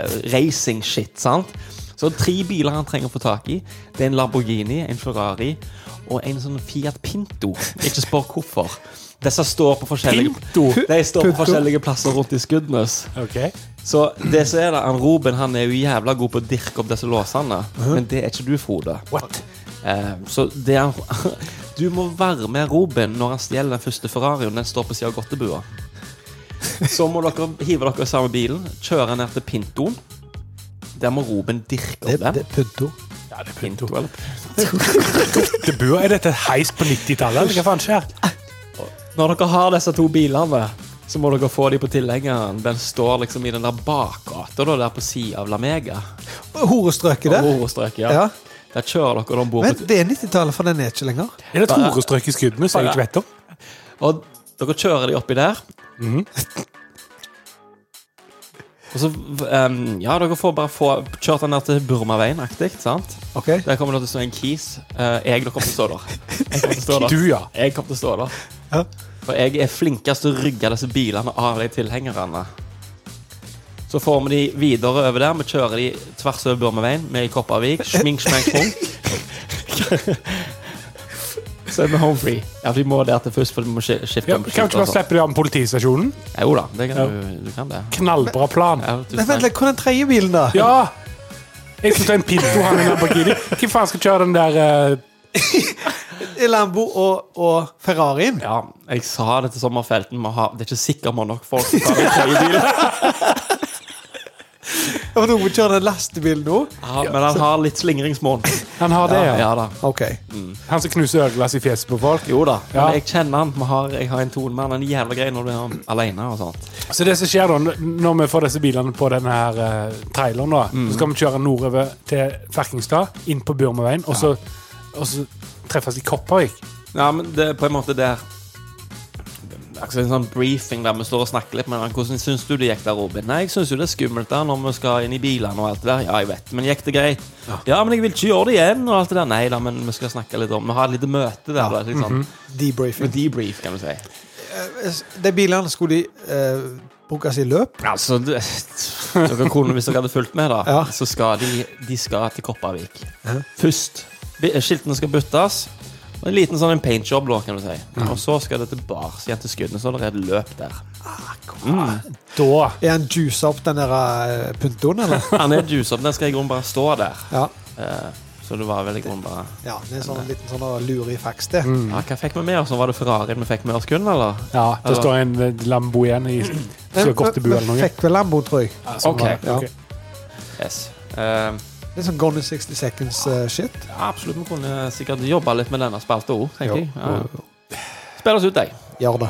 Speaker 7: bil-racing-shit, sant? Så tre biler han trenger å få tak i. Det er en Lamborghini, en Ferrari og en sånn Fiat Pinto. Ikke spør hvorfor. Disse står på forskjellige
Speaker 6: Pinto?
Speaker 7: De står på
Speaker 5: Pinto?
Speaker 7: forskjellige plasser rundt i Skudenes.
Speaker 6: Ok.
Speaker 7: Så det som er det, han Ruben han er jo jævla god på å dirke opp disse låsene, men det er ikke du, Frode.
Speaker 6: What?
Speaker 7: Eh, så det han Du må være med Ruben når han stjeler den første Ferrarien. Den står på siden av godtebua. Så må dere hive dere i samme bilen, kjøre ned til Pintoen. Der må Ruben dirke
Speaker 5: Det,
Speaker 7: opp den.
Speaker 5: det er Punto.
Speaker 6: Ja, det er
Speaker 7: Pinto,
Speaker 6: Pinto.
Speaker 7: eller?
Speaker 6: Det bør, er dette et heis på 90-tallet? eller Hva faen skjer?
Speaker 7: Når dere har disse to bilene, så må dere få dem på tilhengeren. Den står liksom i den der bakgata da, der på siden av La Mega.
Speaker 5: Horestrøket der.
Speaker 7: Horestrøket, ja.
Speaker 5: Ja.
Speaker 7: Der kjører dere dem bort på
Speaker 5: Men det er 90-tallet, for den er ikke lenger.
Speaker 6: Er det et horestrøk i skuddene som jeg ikke vet om?
Speaker 7: Og dere kjører de oppi der.
Speaker 6: Mhm.
Speaker 7: Og så em, Ja, dere får bare få kjørt den der til Burmaveien-aktig. sant?
Speaker 5: Ok?
Speaker 7: Der kommer det til å stå en kis. Eh, jeg dere kommer til å stå der. Jeg kommer til å stå der.
Speaker 6: Du, ja.
Speaker 7: Jeg kommer til å stå der.
Speaker 5: Ja.
Speaker 7: For jeg er flinkest til å rygge disse bilene av de tilhengerne. Så får vi de videre over der. Vi kjører de tvers over Burmaveien. Vi er i Kopervik. Smink, smank, pung. Så er vi home free. Ja, for de må der til først, for de må sk- skifte
Speaker 6: Ja,
Speaker 7: om
Speaker 6: kan vi
Speaker 7: skilt
Speaker 6: ikke
Speaker 7: og
Speaker 6: bare
Speaker 7: sånn.
Speaker 6: slippe det av med politistasjonen?
Speaker 7: Jo da, det kan du, du kan det.
Speaker 6: Knallbra plan.
Speaker 7: Ja, tusen
Speaker 5: Men vent
Speaker 7: takk.
Speaker 5: litt, hvor er den tredje bilen, da?
Speaker 6: Ja! Jeg skal ta en Pinto, han er en Lamborghini. Hvem faen skal kjøre den der eh,
Speaker 5: I Lambo og, og Ferrarien.
Speaker 7: Ja, jeg sa det til sommerfelten. Vi har, det er ikke sikkert vi har nok folk. til å ta den tredje bilen.
Speaker 5: Og nå må vi kjøre den lastebilen nå.
Speaker 7: Ja, men han har litt slingringsmål.
Speaker 6: Han har det,
Speaker 7: Ja,
Speaker 6: ja.
Speaker 7: ja da.
Speaker 5: OK.
Speaker 6: Han som knuser ølglass i fjeset på folk.
Speaker 7: Jo da.
Speaker 6: Ja.
Speaker 7: Men jeg kjenner han. Vi har, jeg har en tone med han. Han er jævla grei når du er alene og sånt.
Speaker 6: Så det som skjer da, n- når vi får disse bilene på denne her eh, traileren, da, så skal vi kjøre nordover til Ferkingstad, inn på Burmaveien, og, så- og så treffes i Kopervik.
Speaker 7: Ja, men det er på en måte der det er akkurat en sånn briefing der vi står og snakker litt med hverandre. Hvordan syns du det gikk der, Robin? Nei, jeg syns jo det er skummelt der når vi skal inn i bilene og alt det der. Ja, jeg vet, men gikk det greit? Ja. men jeg vil ikke gjøre det igjen og alt det der. Nei da, men vi skal snakke litt om Vi har et lite møte der. da, Litt sånn
Speaker 5: Debriefing.
Speaker 7: debrief, kan du si.
Speaker 5: De bilene skulle de eh, brukes i løp?
Speaker 7: Altså, du, dere kunne, hvis dere hadde fulgt med, da,
Speaker 5: Ja.
Speaker 7: så skal de, de skal til Kopervik. Først. Bi- Skiltene skal byttes. Og En liten sånn en paintjob, da, kan du si. Og så skal det tilbake igjen til skuddene. Så er det et løp der.
Speaker 6: Da
Speaker 5: Er han juica opp den der eh, puntoen, eller?
Speaker 7: Han er juice opp. Den skal i grunnen bare stå der.
Speaker 5: Ja.
Speaker 7: Eh, Så det var vel i grunnen bare
Speaker 5: ja det er en sånn liten sånn lurig faks, det.
Speaker 7: Ja, Hva fikk vi med oss? Var det Ferrarien vi fikk med oss kun, eller?
Speaker 6: Ja, det
Speaker 7: Eller-
Speaker 6: står en eh, Lambo igjen i Sørkortebu eller noe.
Speaker 5: fikk vel Lambo, tror jeg.
Speaker 6: Ja, sånn
Speaker 7: Ok,
Speaker 6: var det.
Speaker 5: ja.
Speaker 6: Ok.
Speaker 7: Yes. Eh,
Speaker 5: Litt sånn Gone in eh, 60 Seconds-shit.
Speaker 7: ja, absolutt. Vi kunne sikkert jobba litt med denne spalta òg,
Speaker 5: Jo,
Speaker 7: tenker jeg. Ja. Spill oss ut, deg.
Speaker 5: Gjør det.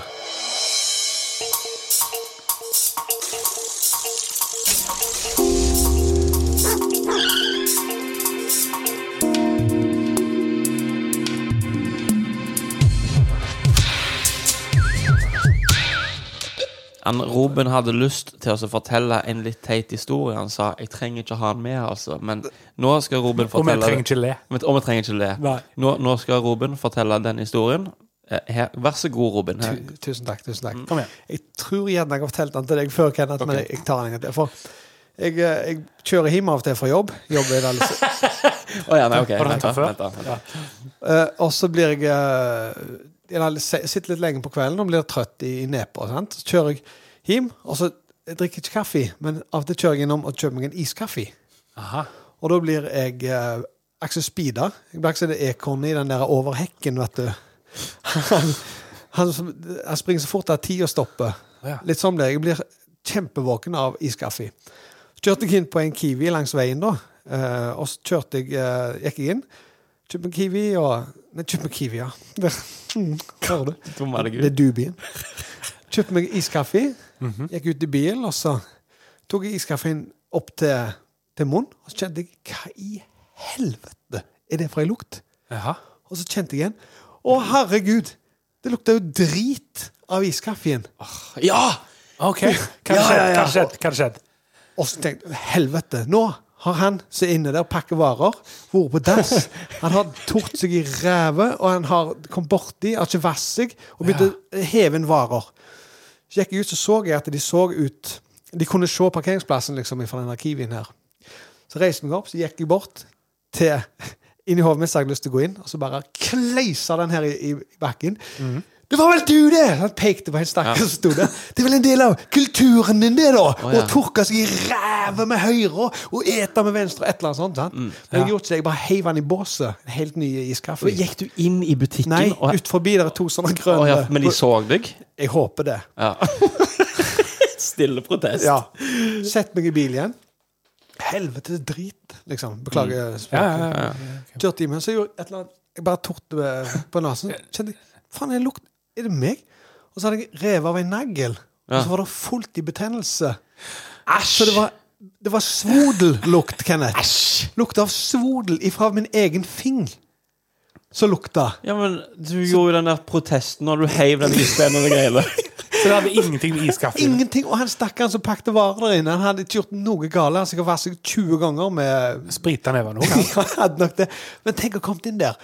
Speaker 7: Han, Robin hadde lyst til å fortelle en litt teit historie. Han sa jeg trenger ikke ha han med, altså. Men nå skal Robin
Speaker 6: Og vi
Speaker 7: fortelle
Speaker 6: trenger ikke le.
Speaker 7: Men- Og vi trenger ikke le.
Speaker 6: Nei.
Speaker 7: Nå, nå skal Robin fortelle den historien. Eh, Her, vær så god, Robin. Her.
Speaker 5: Tu- Tusen takk. tusen takk.
Speaker 6: Kom igjen.
Speaker 5: Jeg tror gjerne jeg har fortalt den til deg før, Kenneth, men jeg- jeg tar den en gang til. For jeg, eh, jeg kjører hjem av og til fra jobb. Jobber i Dallas.
Speaker 7: Å ja, nei, ok.
Speaker 6: Har du
Speaker 7: Vent
Speaker 6: hentet
Speaker 7: da,
Speaker 6: før?
Speaker 7: vent da, vent da.
Speaker 5: Eh, og så blir jeg eh, jeg se- sitter litt lenge på kvelden og blir trøtt i, i nepa. Sant? Så kjører jeg hjem, og så jeg drikker ikke kaffe, men av og til kjører jeg innom og kjøper meg en iskaffe.
Speaker 6: Aha.
Speaker 5: Og da blir jeg eh, Axel Speeda. Jeg blir Axel Ekorn i den der over hekken, vet du. Han, han, som- han springer så fort at tida stopper.
Speaker 6: Ja.
Speaker 5: Litt sånn blir jeg. Jeg blir kjempevåken av iskaffe. Så kjørte jeg inn på en Kiwi langs veien, da. Eh, og så kjørte jeg, eh, gikk jeg inn. Kjøpte en Kiwi og Nei, kjøpte en Kiwi, ja. Der. Mm, hører du?
Speaker 7: Tom er det
Speaker 5: Det
Speaker 7: Gud.
Speaker 5: er dubien. Kjøpte meg iskaffe,
Speaker 7: Mhm.
Speaker 5: gikk ut i bilen, og så tok jeg iskaffen opp til, til munnen. Og så kjente jeg Hva i helvete er det for ei lukt?
Speaker 6: Jaha.
Speaker 5: Og så kjente jeg igjen. Å, herregud! Det lukter jo drit av iskaffen.
Speaker 7: Ja!
Speaker 6: OK. Hva har skjedd? Hva har skjedd? Hva har skjedd?
Speaker 5: Og så tenkte jeg helvete, nå har han som er inne der og pakker varer, vært på dass. Han har tort seg i ræva, og han har kommet borti, har ikke vasket seg, og begynte å heve inn varer. Så gikk jeg ut, så så jeg at de så ut De kunne se parkeringsplassen liksom fra denne kiwien her. Så reiste jeg meg opp, så gikk jeg bort til Inni hodet mitt så hadde jeg lyst til å gå inn, og så bare kleisa den her i, i bakken.
Speaker 7: Mhm.
Speaker 5: Det var vel du, det! Han pekte på en stakkar som sto der. Det er vel en del av kulturen din, det, da! Å
Speaker 7: ja.
Speaker 5: torke seg i ræva med høyre og ete med venstre, et eller annet sånt.
Speaker 7: Mm.
Speaker 5: Sant? Men jeg gjorde ikke det, jeg bare heiv han i båset. En Helt ny iskaffe.
Speaker 7: Gikk du inn i butikken?
Speaker 5: Nei,
Speaker 7: og,
Speaker 5: ut forbi der er to sånne grønne
Speaker 7: Å ja, men de så deg?
Speaker 5: Jeg håper det.
Speaker 7: Ja. Stille protest.
Speaker 5: Ja. Sett meg i bil igjen. Helvete, det er drit, liksom. Beklager språket.
Speaker 6: Ja, ja, ja.
Speaker 5: Kjørte i meg, så gjorde jeg et eller annet Jeg bare torte eh, på nesen. Kjente jeg Faen, er det lukt Er det meg? Og så hadde jeg revet av en nagel. Og så var det fullt i betennelse. Æsj! Så det var, det var svodellukt, Kenneth. Æsj! Lukt av svodel ifra min egen fing. Så lukta.
Speaker 7: Ja, men du gjorde jo den der protesten når du heiv den isbenen og greiene.
Speaker 6: Så det hadde ingenting med iskaffen
Speaker 5: Ingenting! Og han stakkaren som pakket varer der inne, han hadde ikke gjort noe galt. Han sikkert vasket 20 ganger med
Speaker 6: Sprita neven òg.
Speaker 5: Ja, han hadde nok det. Men tenk å ha kommet inn der.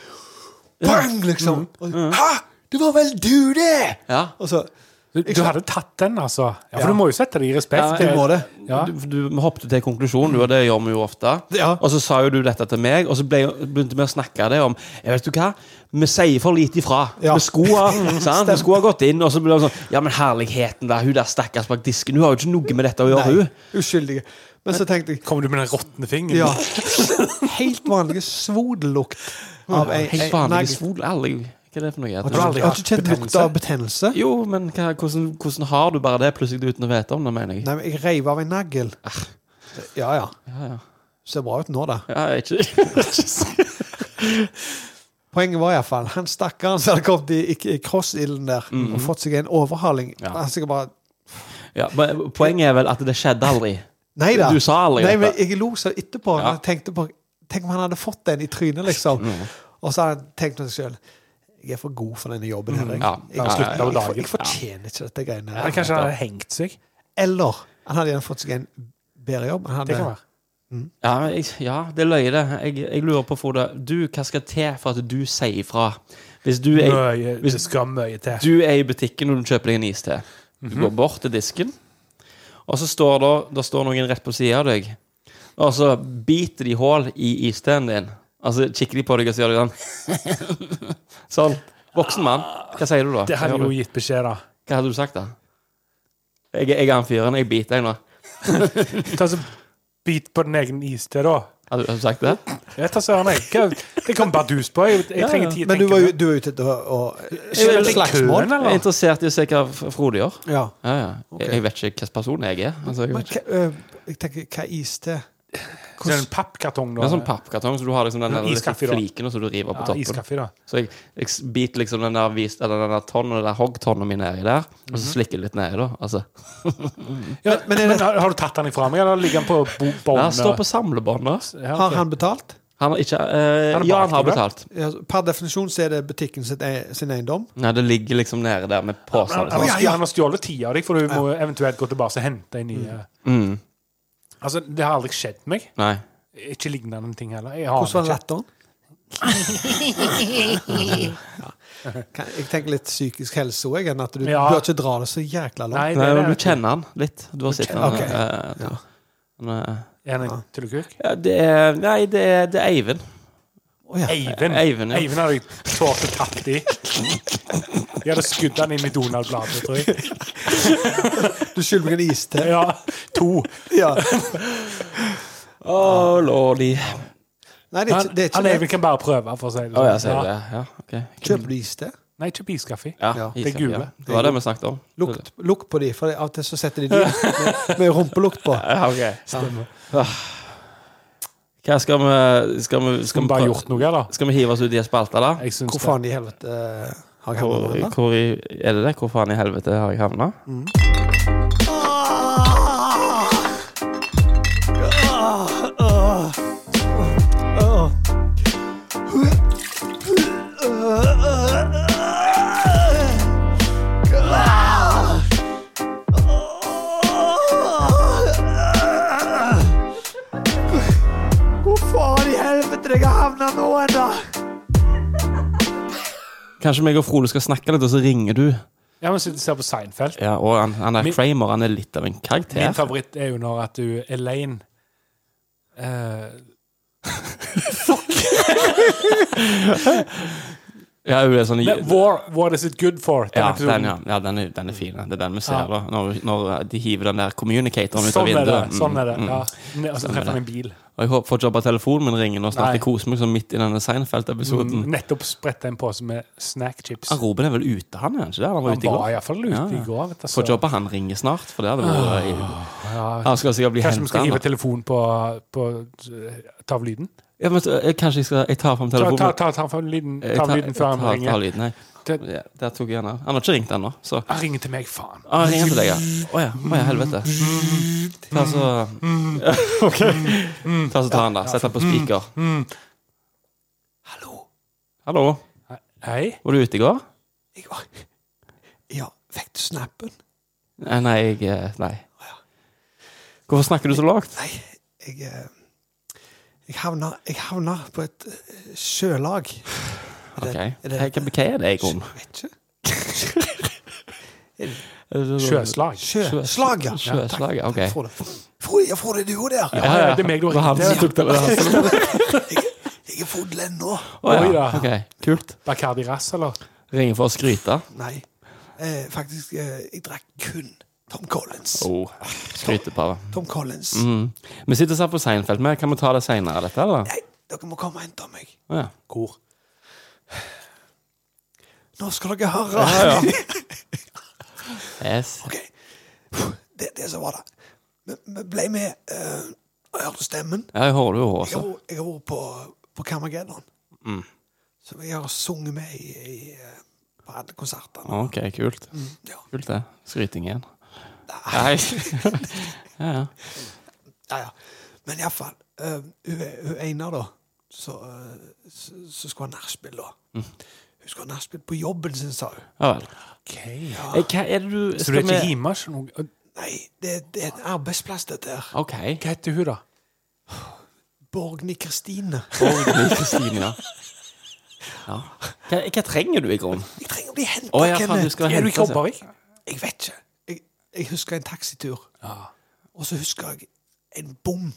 Speaker 5: Bang, liksom. Og, Hæ? Det var vel du, det!
Speaker 7: Ja.
Speaker 5: Og så
Speaker 6: Du, du hadde tatt den, altså. Ja, For du må jo sette det i
Speaker 7: Ja,
Speaker 6: respekt.
Speaker 5: Du må det.
Speaker 6: Ja.
Speaker 7: Du, du vi hoppet til konklusjonen, du, og det gjør vi jo ofte.
Speaker 5: Ja.
Speaker 7: Og så sa jo du dette til meg, og så ble, begynte vi å snakke det om Jeg vet du hva, vi sier for lite ifra.
Speaker 5: Ja.
Speaker 7: Vi skulle ha sant? Vi skulle ha gått inn, og så ble det sånn Ja, men herligheten der, hun der stakkars bak disken, hun har jo ikke noe med dette å gjøre,
Speaker 5: Nei,
Speaker 7: hun.
Speaker 5: uskyldige. Men så tenkte jeg
Speaker 6: Kommer du med den råtne fingeren?
Speaker 5: ja. Helt vanlig svodellukt av ei, ei
Speaker 7: Helt vanlig
Speaker 5: nugget.
Speaker 7: svol. Aldri. Hva er det for noe?
Speaker 5: Har du aldri- har du ikke kjent lukta av betennelse?
Speaker 7: Jo, men hva, hvordan, hvordan har du bare det plutselig uten å vite om det, mener jeg?
Speaker 5: Nei, men jeg reiv av en nagel. Ja, ja.
Speaker 7: Ja, ja.
Speaker 5: Ser bra ut nå, da.
Speaker 7: Ja, jeg er ikke
Speaker 5: Poenget var iallfall han stakkaren som hadde kommet i, i, i crossilden der og fått seg en overhaling.
Speaker 7: Ja.
Speaker 5: Han sikkert bare
Speaker 7: ja, men Poenget er vel at det skjedde aldri.
Speaker 5: Nei da.
Speaker 7: Du sa aldri
Speaker 5: Nei, men
Speaker 7: dette.
Speaker 5: jeg lo så etterpå.
Speaker 7: Ja.
Speaker 5: når Jeg tenkte på Tenk om han hadde fått den i trynet, liksom. Og så hadde han tenkt med seg sjøl Jeg er for god for denne jobben. her, jeg.
Speaker 7: Ja.
Speaker 5: Jeg-
Speaker 7: Ja, ja, ja.
Speaker 5: jeg- jeg- Jeg fortjener ikke dette greiene
Speaker 6: Eller
Speaker 5: her.
Speaker 6: kanskje han hadde hengt seg?
Speaker 5: Eller han hadde gjerne fått seg en bedre jobb. Han
Speaker 6: Det kan
Speaker 5: hadde,
Speaker 6: være.
Speaker 7: Ja, men jeg, ja det er løye, det. Jeg, jeg lurer på, Frode, du, hva skal til for at du sier ifra? Hvis du er,
Speaker 6: Møye, det skal mye til.
Speaker 7: du er i butikken og du kjøper deg en iste, du
Speaker 6: Mhm.
Speaker 7: går bort til disken, og så står der, der står noen rett på sida av deg, og så biter de hull i isteen din. Altså kikker de på deg og så gjør de sånn. sånn. Voksen mann, hva sier du da?
Speaker 6: Det
Speaker 7: Hva
Speaker 6: hadde
Speaker 7: gjør
Speaker 6: jo
Speaker 7: du?
Speaker 6: gitt beskjed, da.
Speaker 7: Hva hadde du sagt, da? Jeg, jeg er han fyren. Jeg biter deg nå.
Speaker 6: Ta så Bit på din egen iste, da.
Speaker 7: Hadde du hadde du sagt det?
Speaker 6: Jeg tar søren, jeg. Hva- Det kom bare dus på. Jeg, jeg trenger tid til å
Speaker 5: men du
Speaker 6: tenke
Speaker 5: var,
Speaker 6: på
Speaker 5: jo-
Speaker 6: det.
Speaker 5: du var ute etter å- å
Speaker 6: Er
Speaker 5: Skjønne
Speaker 6: det køen,
Speaker 5: slagsmål?
Speaker 7: Jeg er
Speaker 6: eller?
Speaker 7: interessert i å se hva F- Frode gjør.
Speaker 5: Ja.
Speaker 7: Ja, ja. Jeg, jeg vet ikke hvilken person jeg er. Altså, jeg
Speaker 5: Men
Speaker 7: vet ikke.
Speaker 5: hva, øh, jeg tenker, hva is til?
Speaker 6: Så er det en pappkartong,
Speaker 7: Det
Speaker 6: da.
Speaker 7: er sånn pappkartong, så du har liksom den
Speaker 6: Ja,
Speaker 7: der liksom
Speaker 6: iskaffe, da.
Speaker 7: fliken som du river på
Speaker 6: Ja,
Speaker 7: toppen.
Speaker 6: iskaffe, da.
Speaker 7: Så jeg, jeg s- biter liksom den der, vis- eller den der tonnen, den der hoggtonnen min nedi der, og så slikker jeg litt nedi, da. Altså.
Speaker 5: Ja, men er
Speaker 6: Men
Speaker 5: det,
Speaker 6: har, har du tatt den ifra meg, eller ligger den på bo- båndet?
Speaker 7: Den står på samlebåndet.
Speaker 6: Ja, ok.
Speaker 5: har han betalt?
Speaker 7: Han har ikke eh,
Speaker 6: Han har
Speaker 7: Ja, han
Speaker 6: bakt
Speaker 7: har
Speaker 6: den, da.
Speaker 7: betalt.
Speaker 5: Ja, per definisjon så er det butikken sitt e sin eiendom.
Speaker 7: Nei, det ligger liksom nede der med posen.
Speaker 6: Han,
Speaker 7: Liksom.
Speaker 6: han,
Speaker 5: Ja, ja.
Speaker 6: har stjålet- han har stjålet ti av deg, for du må eventuelt gå tilbake og hente en ny eh.
Speaker 7: Mm.
Speaker 6: Altså, Det har aldri skjedd meg.
Speaker 7: Nei.
Speaker 6: Ikke lignende ting heller. Jeg
Speaker 5: Hvordan var
Speaker 6: aner ikke.
Speaker 5: latteren? ja. Kan- Jeg tenker litt psykisk helse òg, enn at du
Speaker 6: Ja.
Speaker 5: bør ikke dra det så jækla langt.
Speaker 6: Nei, det
Speaker 7: Nei,
Speaker 6: er
Speaker 7: men
Speaker 6: det.
Speaker 7: du kjenner han litt. Du har sett han.
Speaker 5: ok.
Speaker 7: eh,
Speaker 5: Ja.
Speaker 7: han er-
Speaker 6: Er han en tullekuk?
Speaker 7: ja, det er Nei, det er, det er Eivind.
Speaker 5: Å, ja.
Speaker 6: Eivind.
Speaker 7: Eivind, ja.
Speaker 6: Eivind hadde jeg tålt å tatt i. Jeg hadde skutt han inn i Donald-bladet, tror jeg.
Speaker 5: Du skylder meg en iste.
Speaker 6: Ja, To.
Speaker 5: Ja.
Speaker 7: Å, lordy.
Speaker 5: Nei, det er
Speaker 6: Han,
Speaker 5: ikke, det er
Speaker 6: han
Speaker 5: ikke
Speaker 6: Eivind kan bare prøve, for å si det sånn.
Speaker 7: Å ja, sier
Speaker 6: Ja.
Speaker 7: du det? Ja, ok.
Speaker 5: Kjøper du iste?
Speaker 6: Nei, kjøp iskaffe.
Speaker 7: Ja,
Speaker 5: Ja,
Speaker 7: is,
Speaker 6: det er gule.
Speaker 7: ja. Det var det vi snakket om.
Speaker 5: Lukt, lukt på de, for av og til så setter de de med, med rumpelukt på.
Speaker 7: Ja, ok. Ah. Hva skal vi Skal vi,
Speaker 6: Skal vi bare
Speaker 7: prøv-
Speaker 6: gjort noe, eller?
Speaker 7: Skal vi hive oss ut i en spalte, da?
Speaker 6: Jeg syns
Speaker 5: Hvor
Speaker 6: det.
Speaker 5: faen i helvete eh, har jeg
Speaker 7: Hvor,
Speaker 5: havnet med den? da?
Speaker 7: hvor i, er det det? Hvor faen i helvete har jeg havna?
Speaker 5: Hvor faen i helvete jeg har havnet nå ennå?
Speaker 7: Kanskje meg og Frode skal snakke litt, og så ringer du?
Speaker 6: Ja, men sitter og ser på Seinfeld.
Speaker 7: Ja, og han, han er
Speaker 6: Min-
Speaker 7: Kramer. Han er litt av en karakter.
Speaker 6: Min favoritt er jo når at du Elaine eh,
Speaker 7: Ja, hun er sånn
Speaker 6: men War, What is it good for? Den
Speaker 7: ja, den,
Speaker 6: episoden.
Speaker 7: ja. ja, den er, den er fin. Det er den vi ser, da.
Speaker 6: Ja.
Speaker 7: Når, når eh, de hiver den der communicatoren ut av
Speaker 6: Sånn er det.
Speaker 7: vinduet. Mm,
Speaker 6: sånn er det,
Speaker 7: mm.
Speaker 6: ja. Ne- Og så treffer han en bil.
Speaker 7: Og jeg håper får jobba telefonen min ringer nå snart.
Speaker 6: Nei. Mm,
Speaker 7: Jeg koser meg sånn midt i denne Seinfeld-episoden.
Speaker 6: Nettopp spretta en pose med snackchips.
Speaker 7: Ja, Robin er vel ute, han er han ikke det? Han var
Speaker 6: Han
Speaker 7: ute i
Speaker 6: var
Speaker 7: går.
Speaker 6: iallfall
Speaker 7: Ah,
Speaker 6: ute
Speaker 7: Ja,
Speaker 6: i
Speaker 7: ja.
Speaker 6: går. Vet du, så-
Speaker 7: Får jobba han ringer snart, for det hadde vært
Speaker 6: Ah, Ja.
Speaker 7: Han skal sikkert bli
Speaker 6: Kanskje vi skal hive
Speaker 7: henta.
Speaker 6: telefon på, på eh, Ta av lyden?
Speaker 7: Ja, men så, eh, kanskje jeg skal Jeg tar fram
Speaker 6: Ta,
Speaker 7: telefonen.
Speaker 6: ta, ta, ta av lyden,
Speaker 7: Jeg
Speaker 6: ta av
Speaker 7: tar-
Speaker 6: lyden før
Speaker 7: jeg
Speaker 6: han
Speaker 7: tar- tar
Speaker 6: ringer.
Speaker 7: lyden, nei.
Speaker 6: Det-
Speaker 7: Ja, Der tok jeg han av. Han har ikke ringt ennå, så
Speaker 6: Han ringer til meg, faen.
Speaker 7: ah, Ring til deg, ja. Å ja. Å ja, helvete. Ta så Ja, OK. Ta så tar han, da. Sett han på spiker.
Speaker 5: Hallo?
Speaker 7: Hallo.
Speaker 6: Hei?
Speaker 7: Var du ute i går?
Speaker 5: Jeg var Ja, fikk du snappen?
Speaker 7: Nei, Nei, jeg eh, Nei. Hvorfor snakker du så lavt?
Speaker 5: Nei, jeg eh, Jeg havna, jeg havna på et eh, sjølag. Er
Speaker 7: Ok.
Speaker 5: det- er
Speaker 7: Hva
Speaker 5: det-
Speaker 7: hva er det, Egon?
Speaker 5: Vet ikke.
Speaker 6: Sjøslag.
Speaker 5: Sjøslag, ja.
Speaker 7: Sjøslag, ja, ok.
Speaker 5: Frode, Frode, ja, Frode, du er der.
Speaker 6: Ja, ja, det er meg du har
Speaker 7: Det var han som
Speaker 6: ringt til.
Speaker 7: tok telefonen.
Speaker 5: Jeg er fodlen nå.
Speaker 7: Å ja.
Speaker 6: Oi, da.
Speaker 7: Ok, kult.
Speaker 6: Bacardi Rass, eller?
Speaker 7: Ringer for å skryte.
Speaker 5: Nei, eh, faktisk, eh, jeg drakk kun Tom Collins.
Speaker 7: Oh, Skrytepave.
Speaker 5: Tom Collins.
Speaker 7: Mm. Vi sitter og ser på Seinfeld. Men kan vi ta det seinere, dette? eller?
Speaker 5: Nei, dere må komme og hente meg.
Speaker 7: Ja.
Speaker 6: Hvor?
Speaker 5: Nå skal dere høre.
Speaker 7: Yes.
Speaker 5: Ok. Det, det som var det. Vi, vi ble med uh, og hørte stemmen.
Speaker 7: Ja, jeg hører du jo
Speaker 5: Jeg har,
Speaker 7: også.
Speaker 5: vært- jeg har vært på, på Carmageddon.
Speaker 7: Mm.
Speaker 5: Så jeg har sunget med i, i, eh, på alle konsertene.
Speaker 7: OK, kult.
Speaker 5: Ja.
Speaker 7: Kult, det. Skryting igjen. Mm. Nei. ja, ja.
Speaker 5: Ja, ja. Men iallfall. Uh, hun hun Einar, da, så, eh, så, så skulle ha nachspiel, da.
Speaker 7: Mm.
Speaker 5: Hun skulle ha nachspiel på jobben sin, sa hun.
Speaker 7: ja vel.
Speaker 6: Okay.
Speaker 7: Eh, Hva er det du
Speaker 6: Så du er
Speaker 7: skal
Speaker 6: ikke
Speaker 7: vi-
Speaker 6: hjemme? ikke noe?
Speaker 5: Nei, det, det er en arbeidsplass, dette her.
Speaker 7: OK.
Speaker 6: Hva heter hun, da?
Speaker 5: Borgny Kristine.
Speaker 7: Borgny Kristine, ja. ja. Hva, hva trenger du i grunnen?
Speaker 5: Jeg trenger å bli henta,
Speaker 7: Å, ja, faen, du
Speaker 5: Kenneth.
Speaker 7: skal
Speaker 6: Er du
Speaker 7: hente
Speaker 6: ikke Hobbarvik?
Speaker 5: Jeg vet ikke. Jeg, jeg husker en taxitur. Og så husker jeg en bom.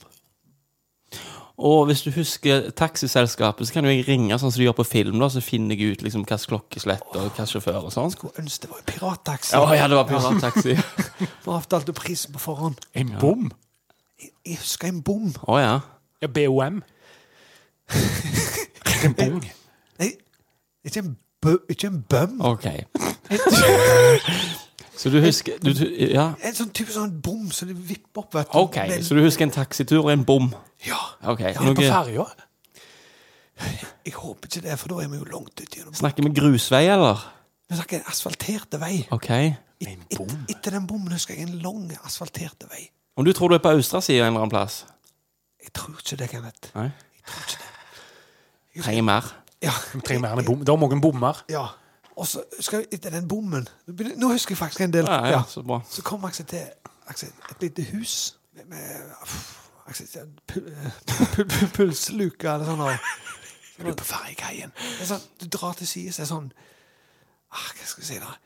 Speaker 7: Og hvis du husker taxiselskapet, så kan jo jeg ringe sånn som de gjør på film, da, så finner jeg ut liksom hva slags klokkeslett og hva sjåfør og sånn.
Speaker 5: Skulle ønske det var en pirattaxi.
Speaker 7: Å ja, det var pirattaxi. Å
Speaker 5: For avtalte prisen på forhånd.
Speaker 6: En bom?
Speaker 5: Jeg husker en bom.
Speaker 7: ja.
Speaker 6: Ja, BOM. En bom.
Speaker 5: Nei, ikke en, bø, ikke en bøm.
Speaker 7: OK. Så du husker du, du- Ja.
Speaker 5: En sånn type sånn bom som det vipper opp, vet du.
Speaker 7: OK,
Speaker 5: Men-
Speaker 7: så du husker en taxitur og en bom.
Speaker 5: Ja.
Speaker 7: OK.
Speaker 6: På
Speaker 7: Noe,
Speaker 6: ferja?
Speaker 5: Jeg håper ikke det, for da er vi jo langt ute gjennom.
Speaker 7: snakker vi grusvei, eller?
Speaker 5: Vi snakker en asfalterte vei.
Speaker 7: OK.
Speaker 5: Et, etter den bommen husker jeg en lang asfalterte vei.
Speaker 7: Om du tror du er på austrasida en eller annen plass?
Speaker 5: Jeg tror ikke det, Kenneth.
Speaker 7: Nei?
Speaker 5: Jeg tror ikke det.
Speaker 7: Trenger mer?
Speaker 5: Ja.
Speaker 6: Vi trenger mer enn en bom. Det er mange bommer.
Speaker 5: ja. Og så skal vi etter den bommen Nå begynner- Nå husker jeg faktisk en del.
Speaker 7: Ja, ja, så bra.
Speaker 5: Så kom Aksel til Aksel, et lite hus med, med uff, Aksel, til- pul, eh, pul, pul, pulsluke eller sånn. og-
Speaker 6: Er du på ferjekaien?
Speaker 5: Det er sånn, du drar til siden, så er det sånn ah, Hva skal jeg si, da?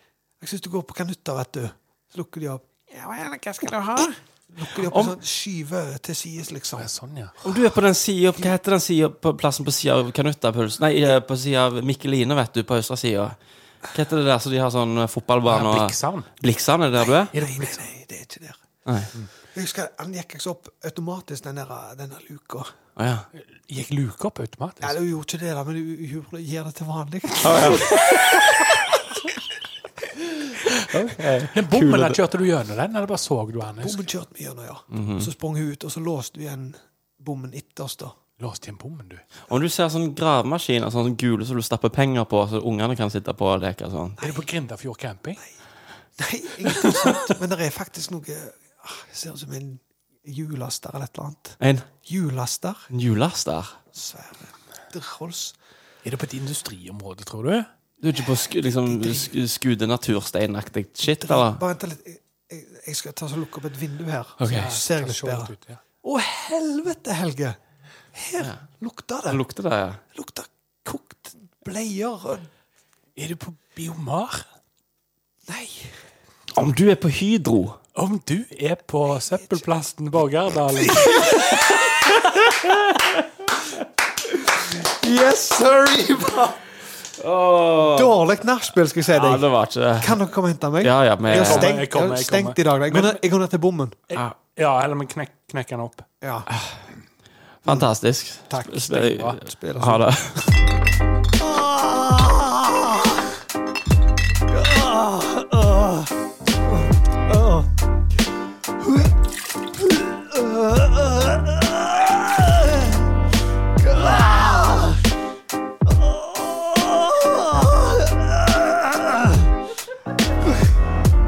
Speaker 5: Jeg synes du går på kanutter, vet du. Så lukker de opp. Ja vel, hva skal du ha? Lukker de opp en sånn skyve til sides, liksom.
Speaker 6: Sånn, ja.
Speaker 7: Om du er på den sida Hva heter den siden på plassen på sida av Kanuttapuls? Nei, eh, på sida av Mikkeline, vet du, på østsida. Hva heter det der så de har sånn eh, fotballbane
Speaker 6: Ja,
Speaker 7: og
Speaker 6: Blikksand.
Speaker 7: Blikksand, er det der du er?
Speaker 5: Nei, nei, nei, det er ikke der.
Speaker 7: Nei.
Speaker 5: Jeg husker Han gikk seg opp automatisk, den der, den der luka.
Speaker 7: Å ja.
Speaker 6: Gikk luka opp automatisk?
Speaker 5: Ja, Hun gjorde ikke det, da, men hun hun gjorde- gjør det til vanlig.
Speaker 6: Men bommen, der kjørte du gjennom den, eller bare så du den? Jeg
Speaker 5: Bommen kjørte vi gjennom, ja. Så sprang hun ut, og så låste vi igjen bommen etter oss, da.
Speaker 6: husker- Låste igjen bommen, du.
Speaker 7: Om du ser sånn gravemaskiner, sånn gule som du stapper penger på, så ungene kan sitte på og leke sånn.
Speaker 6: Er du på Grindafjord camping?
Speaker 5: Nei, ingenting sånt. Men det er faktisk noe ah, Det ser ut som en hjullaster eller et eller annet.
Speaker 7: En
Speaker 5: Hjullaster.
Speaker 7: en hjullaster.
Speaker 5: Svære drhols.
Speaker 6: Er det på et industriområde, tror du?
Speaker 7: Du er ikke på sk liksom, sk skude natursteinaktig shit, eller?
Speaker 5: Bare vent litt. Jeg- Jeg, jeg skal ta så lukke opp et vindu her,
Speaker 7: Ok.
Speaker 5: så ser jeg litt
Speaker 6: Se litt
Speaker 5: bedre.
Speaker 6: ut, ja.
Speaker 5: Å, helvete, Helge! Her lukter det.
Speaker 7: Det lukter det, ja.
Speaker 5: Lukter kokt bleier og
Speaker 6: Er du på Biomar?
Speaker 5: Nei.
Speaker 7: Om du er på Hydro
Speaker 6: Om du er på søppelplasten Borgardalen
Speaker 5: Yes, sorry! Dårlig nachspiel, skal jeg si
Speaker 7: Ja,
Speaker 5: deg.
Speaker 7: det var ikke det.
Speaker 5: Kan dere komme og hente meg?
Speaker 7: Ja, ja, men-
Speaker 5: jeg har
Speaker 7: Jeg
Speaker 6: kommer,
Speaker 5: stengt,
Speaker 6: Eh, jeg
Speaker 5: jeg har
Speaker 6: kommer, jeg
Speaker 5: stengt i dag. Jeg går, ned, jeg går ned til bommen.
Speaker 6: Ja, eller vi knek knekker den opp.
Speaker 5: Ja.
Speaker 7: Fantastisk.
Speaker 5: Takk.
Speaker 7: Sp- sp-
Speaker 5: Bra. Spiller
Speaker 7: Ha det.
Speaker 6: Ah!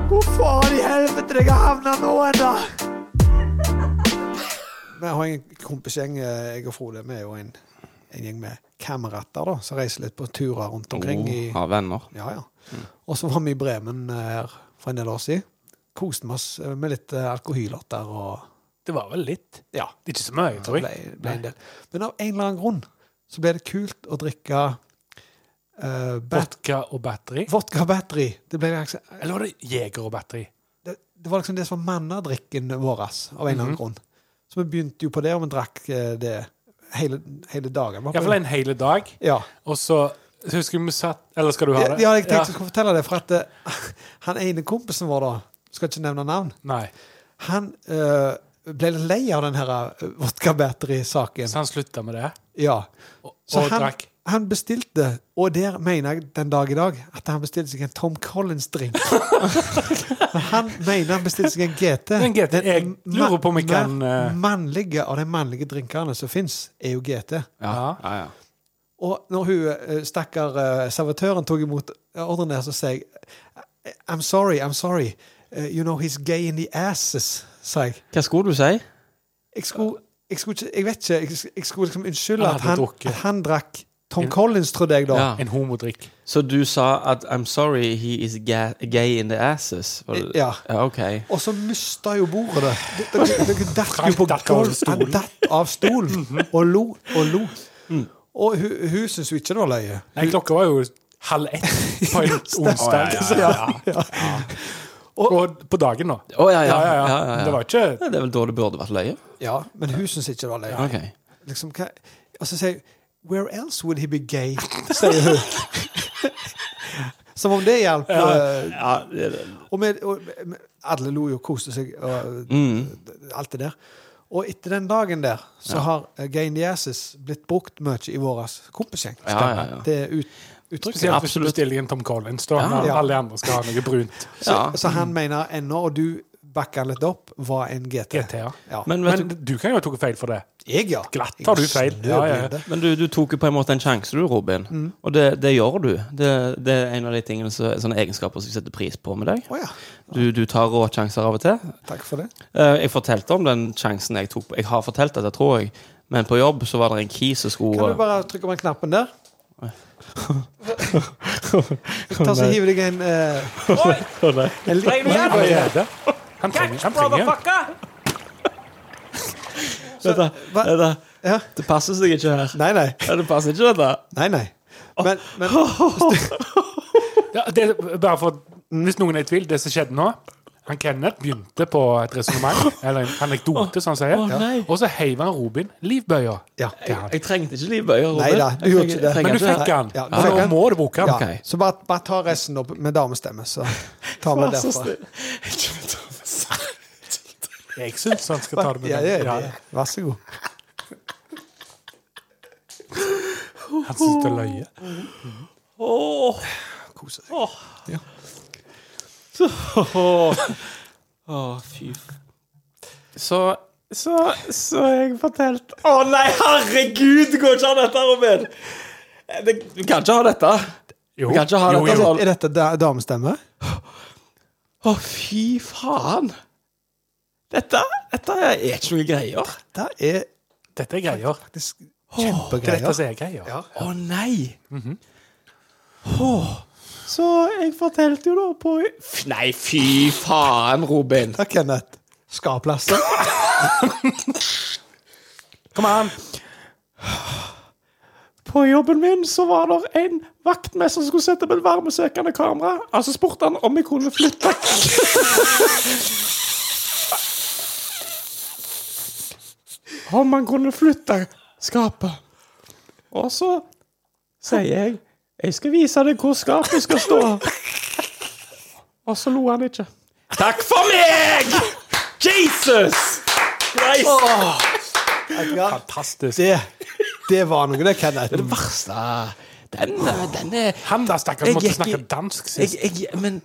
Speaker 5: Hvor faen i helvete jeg har havna nå, da? Vi har en kompisgjeng, eh, jeg og Frode. Vi er jo en, en gjeng med kamerater da, som reiser litt på turer rundt omkring. i...
Speaker 7: Ha venner.
Speaker 5: Ja, ja. Og så var vi i Bremen eh, her for en del år siden. Koste vi oss eh, med litt eh, alkohyler der. og
Speaker 6: Det var vel litt.
Speaker 5: ja,
Speaker 6: Det er ikke så mye, tror
Speaker 5: ble,
Speaker 6: jeg.
Speaker 5: ble en del. Men av en eller annen grunn så ble det kult å drikke eh, bat
Speaker 6: Vodka og batteri.
Speaker 5: vodka battery. Det, ble liksom,
Speaker 6: Eller var det jeger og batteri?
Speaker 5: det, det var liksom det som var mannadrikken vår, av en eller annen grunn. Så vi begynte jo på det, og vi drakk eh, det hele, hele dagen. var på
Speaker 6: Iallfall
Speaker 5: det.
Speaker 6: en hel dag.
Speaker 5: Ja.
Speaker 6: Og så så husker jeg vi satt Eller skal du ha
Speaker 5: Ja,
Speaker 6: det?
Speaker 5: ja, jeg tenkte jeg skulle fortelle det, for at eh, han ene kompisen vår, da, skal ikke nevne navn,
Speaker 6: Nei.
Speaker 5: han eh, ble litt lei av den her eh, vodka-battery-saken.
Speaker 6: Så han slutta med det?
Speaker 5: Ja. Så
Speaker 6: og
Speaker 5: han,
Speaker 6: drakk.
Speaker 5: han bestilte, og der mener jeg den dag i dag, at han bestilte seg en Tom Collins-drink. Men han mener han bestilte seg en GT.
Speaker 6: En GT. Jeg lurer på om jeg
Speaker 5: ma-
Speaker 6: kan, eh,
Speaker 5: Mannlige av de mannlige drinkene som fins, er jo GT.
Speaker 6: Ja.
Speaker 5: Ah,
Speaker 7: Ja, ja.
Speaker 5: Og når hun eh, stakkar eh, servitøren tok imot ordren der, så sa jeg I'm sorry, I'm sorry. Eh, you know he's gay in the asses, sa jeg.
Speaker 7: Hva skulle du si?
Speaker 5: Jeg skulle, jeg skulle ikke Jeg vet ikke. Jeg, jeg skulle liksom unnskylde
Speaker 6: Han
Speaker 5: at
Speaker 6: hadde
Speaker 5: han,
Speaker 6: drukket.
Speaker 5: at han drakk Tom Collins, trodde jeg da.
Speaker 7: Ja.
Speaker 6: En homodrikk.
Speaker 7: Så du sa at 'I'm sorry he is ga gay in the asses'? Var det-
Speaker 5: Ja.
Speaker 7: ja. OK.
Speaker 5: Og så mista jo bordet det. Dere dere datt jo
Speaker 6: Frank
Speaker 5: på
Speaker 6: datt av
Speaker 5: gulvet. Han
Speaker 6: stolen.
Speaker 5: datt av stolen og lo og lo. Og hun, hun syns jo ikke det var løye.
Speaker 6: Nei, klokka var jo halv ett på en onsdag. Og, og på dagen, da.
Speaker 7: Å, ja, ja. Ja, ja, ja.
Speaker 6: Det var ikke
Speaker 7: Ja, det er vel da det burde vært løye?
Speaker 5: Ja, men hun syns ikke det var løye.
Speaker 7: OK.
Speaker 5: Liksom, hva, og så sier hun Where else would he be gay? sier hun. Som om det hjalp. eh,
Speaker 7: Ja, det, det.
Speaker 5: Og, med, og med, alle lo jo og koste seg og
Speaker 7: Mm.
Speaker 5: alt det der. Og etter den dagen der så har eh, Gain the Asses blitt brukt mye i vår kompisgjeng.
Speaker 7: Ja, ja, ja.
Speaker 5: Det er ut, uttrykket.
Speaker 6: Spesielt hvis du
Speaker 7: Absolutt.
Speaker 6: bestiller en Tom Collins, da.
Speaker 7: Ja,
Speaker 6: når
Speaker 5: ja.
Speaker 6: Alle andre skal ha noe brunt.
Speaker 5: Så,
Speaker 7: Ja.
Speaker 5: så han mener ennå, og du backer han litt opp, var en GT.
Speaker 6: GT, ja.
Speaker 5: Ja.
Speaker 7: Men, vet
Speaker 6: Men du kan jo ha tatt feil for det.
Speaker 5: jeg, ja.
Speaker 6: Glatt har du feil. Ja, ja, ja.
Speaker 5: Snøblinde.
Speaker 7: Men du, du tok jo på en måte en sjanse, du, Robin.
Speaker 5: Mm.
Speaker 7: Og det, det gjør du. Det, det er en av de tingene som- sånne egenskaper som jeg setter pris på med deg.
Speaker 5: Å ja.
Speaker 7: Du, du tar råsjanser av og til.
Speaker 5: Takk for det.
Speaker 7: Eh, Jeg fortalte om den sjansen jeg tok. på- Jeg har fortalt dette, tror jeg. Men på jobb så var det en kis som
Speaker 5: Kan
Speaker 7: skulle
Speaker 5: du bare trykke på den knappen der? Ta så hiver deg en eh, En liten
Speaker 6: Men hva er det? Han trenger, han trenger.
Speaker 7: Dette-
Speaker 5: hva-
Speaker 7: dette-
Speaker 5: ja.
Speaker 7: Det passer seg ikke her.
Speaker 5: Nei, nei.
Speaker 7: Ja, Det passer ikke, dette.
Speaker 5: Nei, nei. Men, men
Speaker 6: Ja, det, er bare for, hvis noen er i tvil, det som skjedde nå han Kenneth begynte på et resonnement, eller en anekdote, som han sier.
Speaker 7: Å, nei.
Speaker 6: og så heiv han Robin livbøya.
Speaker 5: Ja.
Speaker 6: til han.
Speaker 7: Jeg trengte ikke livbøyer. Robin.
Speaker 5: Nei da, du
Speaker 7: Jeg
Speaker 5: gjorde
Speaker 7: trenger-
Speaker 5: ikke det.
Speaker 7: jeg trenger
Speaker 6: Men du
Speaker 7: ikke
Speaker 6: fikk
Speaker 7: det.
Speaker 6: han.
Speaker 5: Ja, du
Speaker 6: så
Speaker 5: fikk
Speaker 6: nå
Speaker 5: han.
Speaker 6: må du bruke
Speaker 5: ja.
Speaker 6: han.
Speaker 7: Ok.
Speaker 5: Så bare, bare ta resten opp med damestemme, så tar vi det
Speaker 7: Så
Speaker 5: derfra.
Speaker 7: snill. Jeg kommer til å si-
Speaker 6: Jeg syns han skal ta det med
Speaker 5: Ja,
Speaker 6: den.
Speaker 5: ja,
Speaker 6: Ja,
Speaker 5: ja. Vær så god.
Speaker 6: han syns det er løye.
Speaker 7: Åh.
Speaker 5: Kose deg.
Speaker 7: Åh.
Speaker 5: Ja.
Speaker 7: Åh, fy f- Så så, så har jeg fortalt Å nei, herregud! Det går ikke an, dette, Robin! Det, du kan ikke ha dette.
Speaker 6: Jo,
Speaker 7: Du kan ikke ha
Speaker 6: jo,
Speaker 7: dette sånn.
Speaker 6: jo.
Speaker 5: Altså, Er dette da- damestemme?
Speaker 7: Å, fy faen. Dette, dette er ikke noe greier.
Speaker 5: Det er
Speaker 6: Dette er greier. Det
Speaker 5: faktisk
Speaker 6: er dette
Speaker 5: kjempegreier.
Speaker 6: som er greier.
Speaker 5: Ja.
Speaker 7: Å nei! Åh. Så jeg fortalte jo da på F- Nei, fy faen, Robin!
Speaker 5: Takk, Kenneth. Skaplasser.
Speaker 6: Kom an!
Speaker 7: På jobben min så var det en vaktmester som skulle sette opp et varmesøkende kamera. Altså spurte han om jeg kunne flytte Om han kunne flytte skapet. Og så sier jeg Jeg skal vise deg hvor skapet skal stå. Og så lo han ikke. Takk for meg! Jesus! Christ!
Speaker 5: Ja,
Speaker 6: Fantastisk.
Speaker 5: det, det var noe, det, Kenneth.
Speaker 7: Det verste Den, eh, den er
Speaker 6: Han da, stakkar, måtte
Speaker 7: gikk i-
Speaker 6: snakke dansk
Speaker 7: jeg,
Speaker 6: sist.
Speaker 7: jeg, Men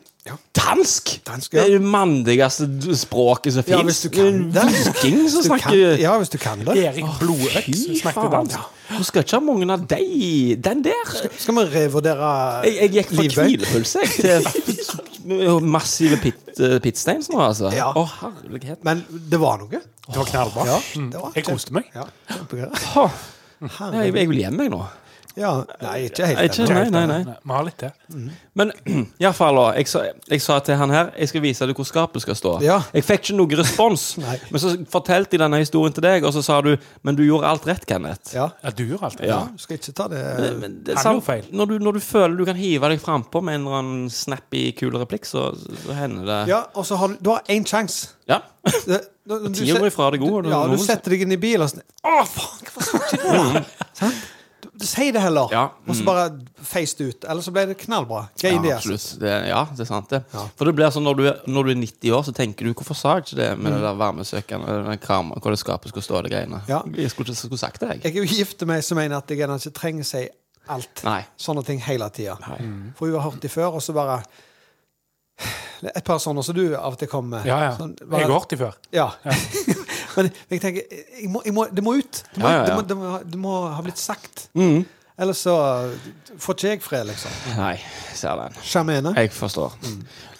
Speaker 7: dansk?
Speaker 5: Dansk, ja.
Speaker 7: Det er det mandigste d- språket som
Speaker 5: Ja,
Speaker 7: finnes
Speaker 5: hvis du kan det.
Speaker 7: Viking som
Speaker 5: Hvis du kan,
Speaker 7: snakker
Speaker 5: ja, hvis du kan det.
Speaker 6: Erik Blodøks
Speaker 7: Fy
Speaker 6: snakket
Speaker 7: faen.
Speaker 6: dansk.
Speaker 7: Du skal ikke ha mange av de Den der
Speaker 5: Skal vi revurdere
Speaker 7: Jeg, jeg gikk fra
Speaker 5: Livbøy.
Speaker 7: hvilepuls jeg, til massive pit, pitsteins nå, altså. Å,
Speaker 5: Ja.
Speaker 7: herlighet.
Speaker 5: Men det var noe.
Speaker 6: Det var knallbra.
Speaker 5: Ja,
Speaker 6: Mm.
Speaker 5: det var
Speaker 6: Jeg koste meg.
Speaker 5: Ja, kjempegreier.
Speaker 7: Åh. Jeg, jeg vil hjem, jeg, nå.
Speaker 5: Ja, nei, ikke
Speaker 7: Jeg,
Speaker 5: helt
Speaker 7: ikke, nei, nei, nei.
Speaker 6: Nei, Vi har litt det.
Speaker 7: Men iallfall, jeg, sa- jeg sa til han her Jeg skal vise deg hvor skapet skal stå.
Speaker 5: Ja.
Speaker 7: Jeg fikk ikke noen respons.
Speaker 5: Nei.
Speaker 7: men så fortalte jeg denne historien til deg, og så sa du Men du gjorde alt rett, Kenneth.
Speaker 5: Ja,
Speaker 6: Ja, du gjør alt det.
Speaker 7: Ja.
Speaker 5: du skal ikke ta det
Speaker 7: Men det,
Speaker 6: Han
Speaker 7: sam-
Speaker 6: gjorde feil.
Speaker 7: Når, du, når du føler du kan hive deg frampå med en eller annen snappy, kul replikk, så, så hender det
Speaker 5: Ja, og så har du, du har én sjanse.
Speaker 7: Ja.
Speaker 5: Det- når- når du
Speaker 7: Timer
Speaker 5: set-
Speaker 7: ifra det gode,
Speaker 5: du-
Speaker 7: og
Speaker 5: Ja, du
Speaker 7: noen-
Speaker 5: setter deg inn i bilen og sånn Å, faen, hvorfor sa jeg ikke det? Sant? Du- Si det heller.
Speaker 7: Ja,
Speaker 5: Og så
Speaker 7: mm.
Speaker 5: bare face det ut. Eller så ble det knallbra. Gøy idé.
Speaker 7: Ja,
Speaker 5: altså.
Speaker 7: absolutt. Det, ja, det er sant, det.
Speaker 5: Ja.
Speaker 7: For det blir sånn når du, er, når du er 90 år, så tenker du Hvorfor sa jeg ikke det med det der varmesøkende eller den kramen, hvor det skapet skulle stå, det greiene?
Speaker 5: Ja.
Speaker 7: Jeg skulle ikke skulle sagt det, jeg.
Speaker 5: Jeg er jo gift med ei som mener at jeg gjerne ikke trenger si alt.
Speaker 7: Nei.
Speaker 5: Sånne ting hele tida.
Speaker 7: Nei.
Speaker 6: Mm.
Speaker 5: For hun har hørt de før, og så bare Et par sånne som du av og til kommer med.
Speaker 6: Ja, ja.
Speaker 5: Sånn,
Speaker 6: Jeg
Speaker 5: bare-
Speaker 6: har hørt de før.
Speaker 5: Ja. Men jeg tenker jeg må, jeg må, Det må ut. Det må,
Speaker 7: Ja, ja, Mm. ja.
Speaker 5: Det, må, det, må, det må ha blitt sagt. Ellers så får ikke jeg fred, liksom.
Speaker 7: Nei, ser den.
Speaker 5: Sjarmerende.
Speaker 7: Jeg forstår.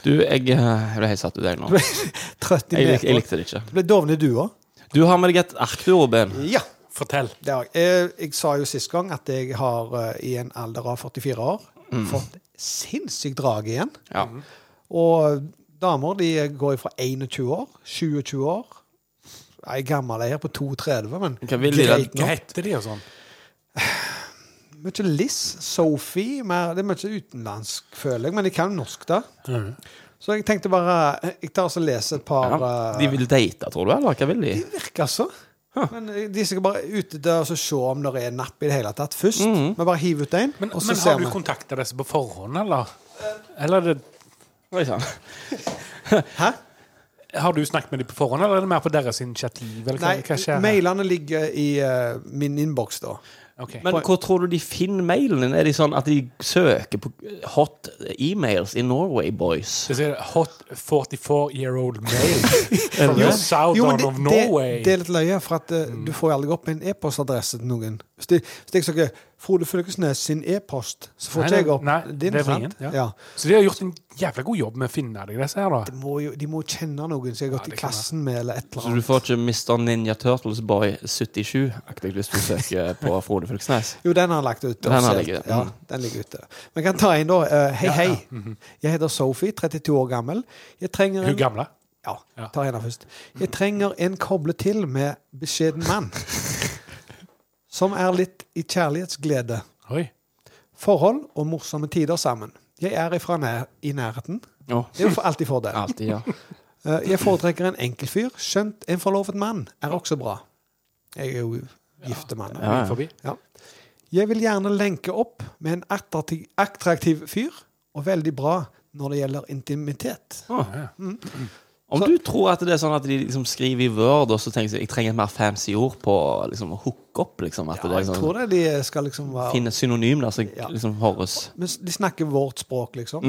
Speaker 7: Du, jeg, eh, jeg Mm. ble helt satt ut, jeg nå.
Speaker 5: Trøtt i
Speaker 7: Jeg, lik- jeg
Speaker 5: meter.
Speaker 7: likte det ikke.
Speaker 5: Det ble dovne du òg.
Speaker 7: Du har med deg et ark, du, Robin.
Speaker 5: Ja.
Speaker 6: Fortell.
Speaker 5: Det har jeg. Jeg, jeg sa jo sist gang at jeg har eh, i en alder av 44 år
Speaker 7: Mm.
Speaker 5: fått sinnssykt drag igjen.
Speaker 7: Ja.
Speaker 5: Og damer de går fra 21 år, 27 år Jeg er gammel jeg er på 32, men
Speaker 7: Hva vil de da?
Speaker 5: greit
Speaker 6: Hva
Speaker 5: nok.
Speaker 6: heter de og sånn?
Speaker 5: Mye Liss, Sophie mer, Det er mye utenlandsk, føler jeg, men de kan norsk, da. Så jeg tenkte bare Jeg tar og så leser et par eh,
Speaker 7: Ja. De vil date, tror du, eller hva vil de?
Speaker 5: Det virker så. Men eh, de er sikkert bare ute der og så se om det er napp i det hele tatt først. Vi bare hiver ut en,
Speaker 6: Mhm. Men,
Speaker 5: og så
Speaker 6: men
Speaker 5: ser
Speaker 6: har
Speaker 5: vi.
Speaker 6: du kontakta disse på forhånd, eller? Eller er det,
Speaker 7: Oi sann.
Speaker 5: Hæ?
Speaker 6: har du snakket med dem på forhånd, eller er det mer på deres initiativ? Eller hva,
Speaker 5: Nei,
Speaker 6: hva skjer? her?
Speaker 5: mailene ligger i eh, min innboks, da.
Speaker 6: Ok.
Speaker 7: Men hvor tror du de finner mailen din? Er de sånn at de søker på hot emails in Norway, boys?
Speaker 6: Det sier hot 44-year-old male
Speaker 7: det?
Speaker 6: from southern
Speaker 5: det,
Speaker 6: of
Speaker 5: det,
Speaker 6: Norway. Mm.
Speaker 5: det er litt løye, for at eh, du får jo aldri opp en e-postadresse til noen. Hvis det- hvis jeg søker Frode Fylkesnes sin e-post, så får
Speaker 6: Nei,
Speaker 5: ikke
Speaker 6: det-
Speaker 5: jeg opp
Speaker 6: nei,
Speaker 5: din.
Speaker 6: det er for
Speaker 5: sant?
Speaker 6: ingen, ja.
Speaker 5: Ja.
Speaker 6: Så de har gjort en jævla god jobb med å finne deg, disse her, da.
Speaker 5: De, må jo, de må jo kjenne noen som jeg har gått
Speaker 6: det
Speaker 5: i
Speaker 6: kan
Speaker 5: klassen med, eller et eller
Speaker 7: Så du
Speaker 5: annet.
Speaker 7: får ikke Mr. Ninja Turtles Boy 77-aktig lyst til å søke på Frode Fylkesnes?
Speaker 5: Jo, den har han lagt ut.
Speaker 7: Den har han
Speaker 5: offisielt.
Speaker 7: ligget,
Speaker 5: ja,
Speaker 7: mm.
Speaker 5: den ligger ute. Men jeg kan ta en, da. Eh, hei, hei. Jeg heter Sophie, 32 år gammel. Jeg trenger
Speaker 6: Mhm. Hun
Speaker 5: en
Speaker 6: gamle.
Speaker 5: Ja,
Speaker 6: Ja.
Speaker 5: ta henne først. Jeg trenger en koble til med beskjeden mann. Som er litt i kjærlighetsglede.
Speaker 6: Oi.
Speaker 5: Forhold og morsomme tider sammen. Jeg er ifra nær, i nærheten.
Speaker 7: Å,
Speaker 5: Det er jo for alltid fordel.
Speaker 7: Alltid, ja.
Speaker 5: Eh, Jeg foretrekker en enkel fyr, skjønt en forlovet mann er også bra. Jeg er jo giftemann.
Speaker 7: Ja, ja.
Speaker 6: Forbi.
Speaker 5: Ja. Jeg vil gjerne lenke opp med en attraktiv, attraktiv fyr, og veldig bra når det gjelder intimitet.
Speaker 7: Om du tror at det er sånn at de liksom skriver i Word og så tenker de, jeg trenger et mer fancy ord på liksom, å hooke opp, liksom, at det er
Speaker 5: Jeg
Speaker 7: sånn,
Speaker 5: tror det de skal liksom være
Speaker 7: finne et synonym der som
Speaker 5: Ja.
Speaker 7: liksom høres
Speaker 5: Men s- de snakker vårt språk, liksom.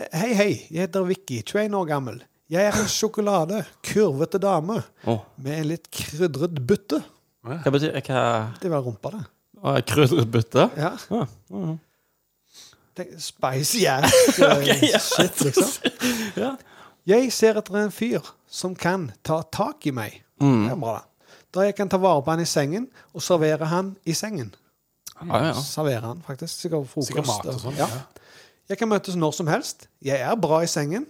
Speaker 5: Hei, hei, jeg heter Vicky, 21 år gammel. Jeg er en sjokolade, kurvete dame
Speaker 7: Å,
Speaker 5: med en litt krydret butte.
Speaker 7: Hva betyr hva,
Speaker 5: Det var rumpa, det.
Speaker 7: å, Krydret bytte?
Speaker 5: Ja.
Speaker 7: Ah,
Speaker 5: Tenk, spicy ass eh, shit, liksom.
Speaker 7: Ja.
Speaker 5: Jeg ser etter en fyr som kan ta tak i meg.
Speaker 7: Mm.
Speaker 5: Det er bra, da. Der jeg kan ta vare på han i sengen og servere han i sengen.
Speaker 7: Ja, ja.
Speaker 5: Servere han, faktisk. Sikkert frokost.
Speaker 6: Sikkert mat og sånn.
Speaker 5: Ja. Jeg kan møtes når som helst. Jeg er bra i sengen.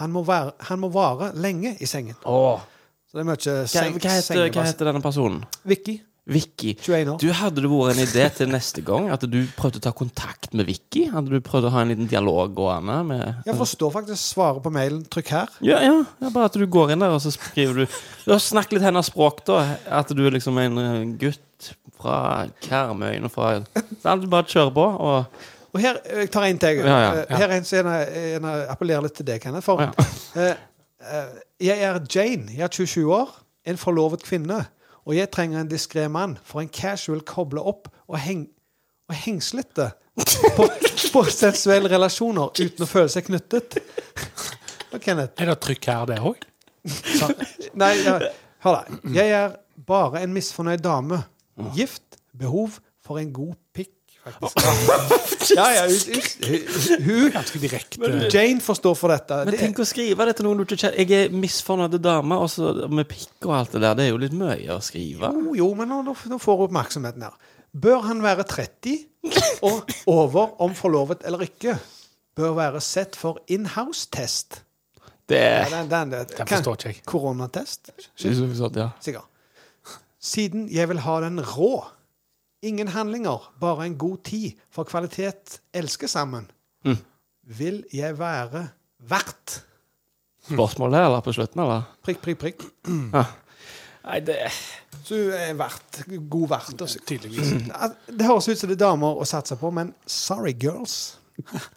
Speaker 5: Han må, være, han må vare lenge i sengen.
Speaker 7: Åh.
Speaker 5: Så det er mye
Speaker 7: Hva,
Speaker 5: seng,
Speaker 7: hva, heter, hva
Speaker 5: sengebas-
Speaker 7: heter denne personen?
Speaker 5: Vicky,
Speaker 7: Vicky.
Speaker 5: 21 år.
Speaker 7: Du Hadde det vært en idé til neste gang at du prøvde å ta kontakt med Vicky? Hadde du prøvd å ha en liten dialog gående med
Speaker 5: Jeg forstår faktisk svaret på mailen. Trykk her.
Speaker 7: Ja, ja, ja, bare at du går inn der, og så skriver du Ja, Snakk litt hennes språk, da. At du er liksom en eh, gutt fra Karmøyene fra Sant? Bare kjør på, og
Speaker 5: Og her, eh, Jeg tar en til. jeg.
Speaker 7: Ja, ja,
Speaker 5: Eh, Her er en som gjerne- gjerne appellerer litt til deg, Kenneth. For,
Speaker 7: Ja.
Speaker 5: eh, eh, jeg er Jane. Jeg er 27 år, en forlovet kvinne. Og jeg trenger en diskré mann for en casual koble opp og, heng, og hengslete på, på sensuelle relasjoner uten å føle seg knyttet. Og Kenneth
Speaker 6: Er det trykk her, det òg?
Speaker 5: Nei, ja, hør da. Jeg er bare en misfornøyd dame. Gift. Behov for en god pikk, faktisk. Ja, ja, ut, ut, hun,
Speaker 6: Ganske direkte.
Speaker 5: Jane får stå for dette.
Speaker 7: Men
Speaker 5: Det,
Speaker 7: tenk å skrive det til noen du ikke kjenner. Jeg er misfornøyd dame, og så med pikk og alt det der. Det er jo litt mye å skrive.
Speaker 5: jo, jo, men nå, nå nå får hun oppmerksomheten her. Bør han være 30 og over om forlovet eller ikke? Bør være sett for inhouse-test.
Speaker 7: Det
Speaker 5: Ja, den, den, den,
Speaker 6: forstår ikke jeg.
Speaker 5: Koronatest?
Speaker 7: ja.
Speaker 5: Sikkert. Siden jeg vil ha den rå. Ingen handlinger, bare en god tid, for kvalitet elsker sammen. Vil jeg være vert?
Speaker 7: Spørsmål der, eller Ah, på slutten, eller? Mm.
Speaker 5: Prikk, prikk, prikk.
Speaker 6: Nei, det
Speaker 5: Så hun er vert, god vert. altså.
Speaker 6: Tydeligvis.
Speaker 5: Al- Det høres ut som det er damer å satse på, men sorry, girls.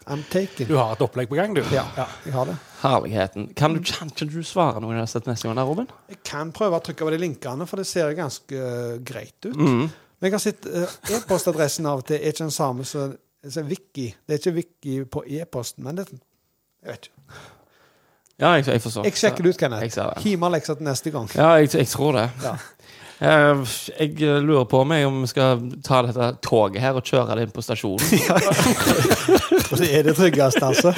Speaker 5: I'm taken.
Speaker 6: Du har et opplegg på gang, du.
Speaker 5: Ja, jeg har det.
Speaker 7: Herligheten. Kan du, kan ikke du svare noe jeg har sett neste gang, der, Robin?
Speaker 5: Jeg kan prøve å trykke over de linkene, for det ser ganske eh, greit ut.
Speaker 6: Mm.
Speaker 5: Men jeg har sett eh, e-postadressen av og til. Er ikke den samme som som Vicky. Det er ikke Vicky på e-posten, men det Jeg vet ikke.
Speaker 7: Ja, jeg, jeg forstår.
Speaker 5: Jeg sjekker det ut,
Speaker 7: Jeg
Speaker 5: Kenneth.
Speaker 7: ser det.
Speaker 5: Himer leksa til neste gang.
Speaker 7: Ja, jeg, jeg tror det.
Speaker 5: Ja.
Speaker 7: Eh, Jeg eh, lurer på meg om vi skal ta dette toget her og kjøre det inn på stasjonen.
Speaker 5: For det er det tryggeste, altså.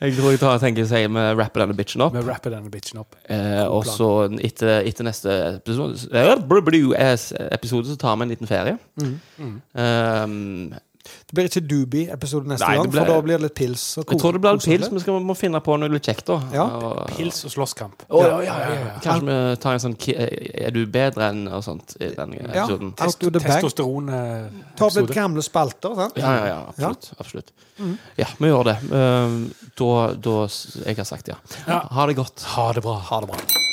Speaker 7: Jeg tror jeg tar, tenker jeg sier vi rapper denne bitchen opp.
Speaker 6: Vi rapper denne bitchen opp.
Speaker 7: Eh, og så etter, etter neste episode, eh, blu- blu- es- episode så tar vi en liten ferie.
Speaker 5: Mm,
Speaker 7: Eh,
Speaker 5: Det blir ikke Doobie-episode neste
Speaker 7: Nei, det
Speaker 5: gang,
Speaker 7: ble-
Speaker 5: for da blir det litt pils. Og
Speaker 7: jeg
Speaker 5: kos-
Speaker 7: tror det blir litt
Speaker 5: koselig.
Speaker 7: pils, men vi skal, må finne på noe litt kjekt, da.
Speaker 5: Ja.
Speaker 7: Og-
Speaker 6: Pils og slåsskamp.
Speaker 7: Å, ja, ja, ja, ja. Kanskje vi tar en sånn ki- Er du bedre enn og sånt i den
Speaker 5: Ja.
Speaker 7: episoden.
Speaker 5: Test to the bag.
Speaker 6: eh,
Speaker 5: Ta opp litt
Speaker 6: Testosteron-episode.
Speaker 5: gamle spalter. sant?
Speaker 7: Ja, ja, ja, absolutt. absolutt. Ja, vi Ehm, gjør det. Um, Da, da s- Jeg har sagt ja. Ha det godt.
Speaker 6: Ha det bra. Ha det bra.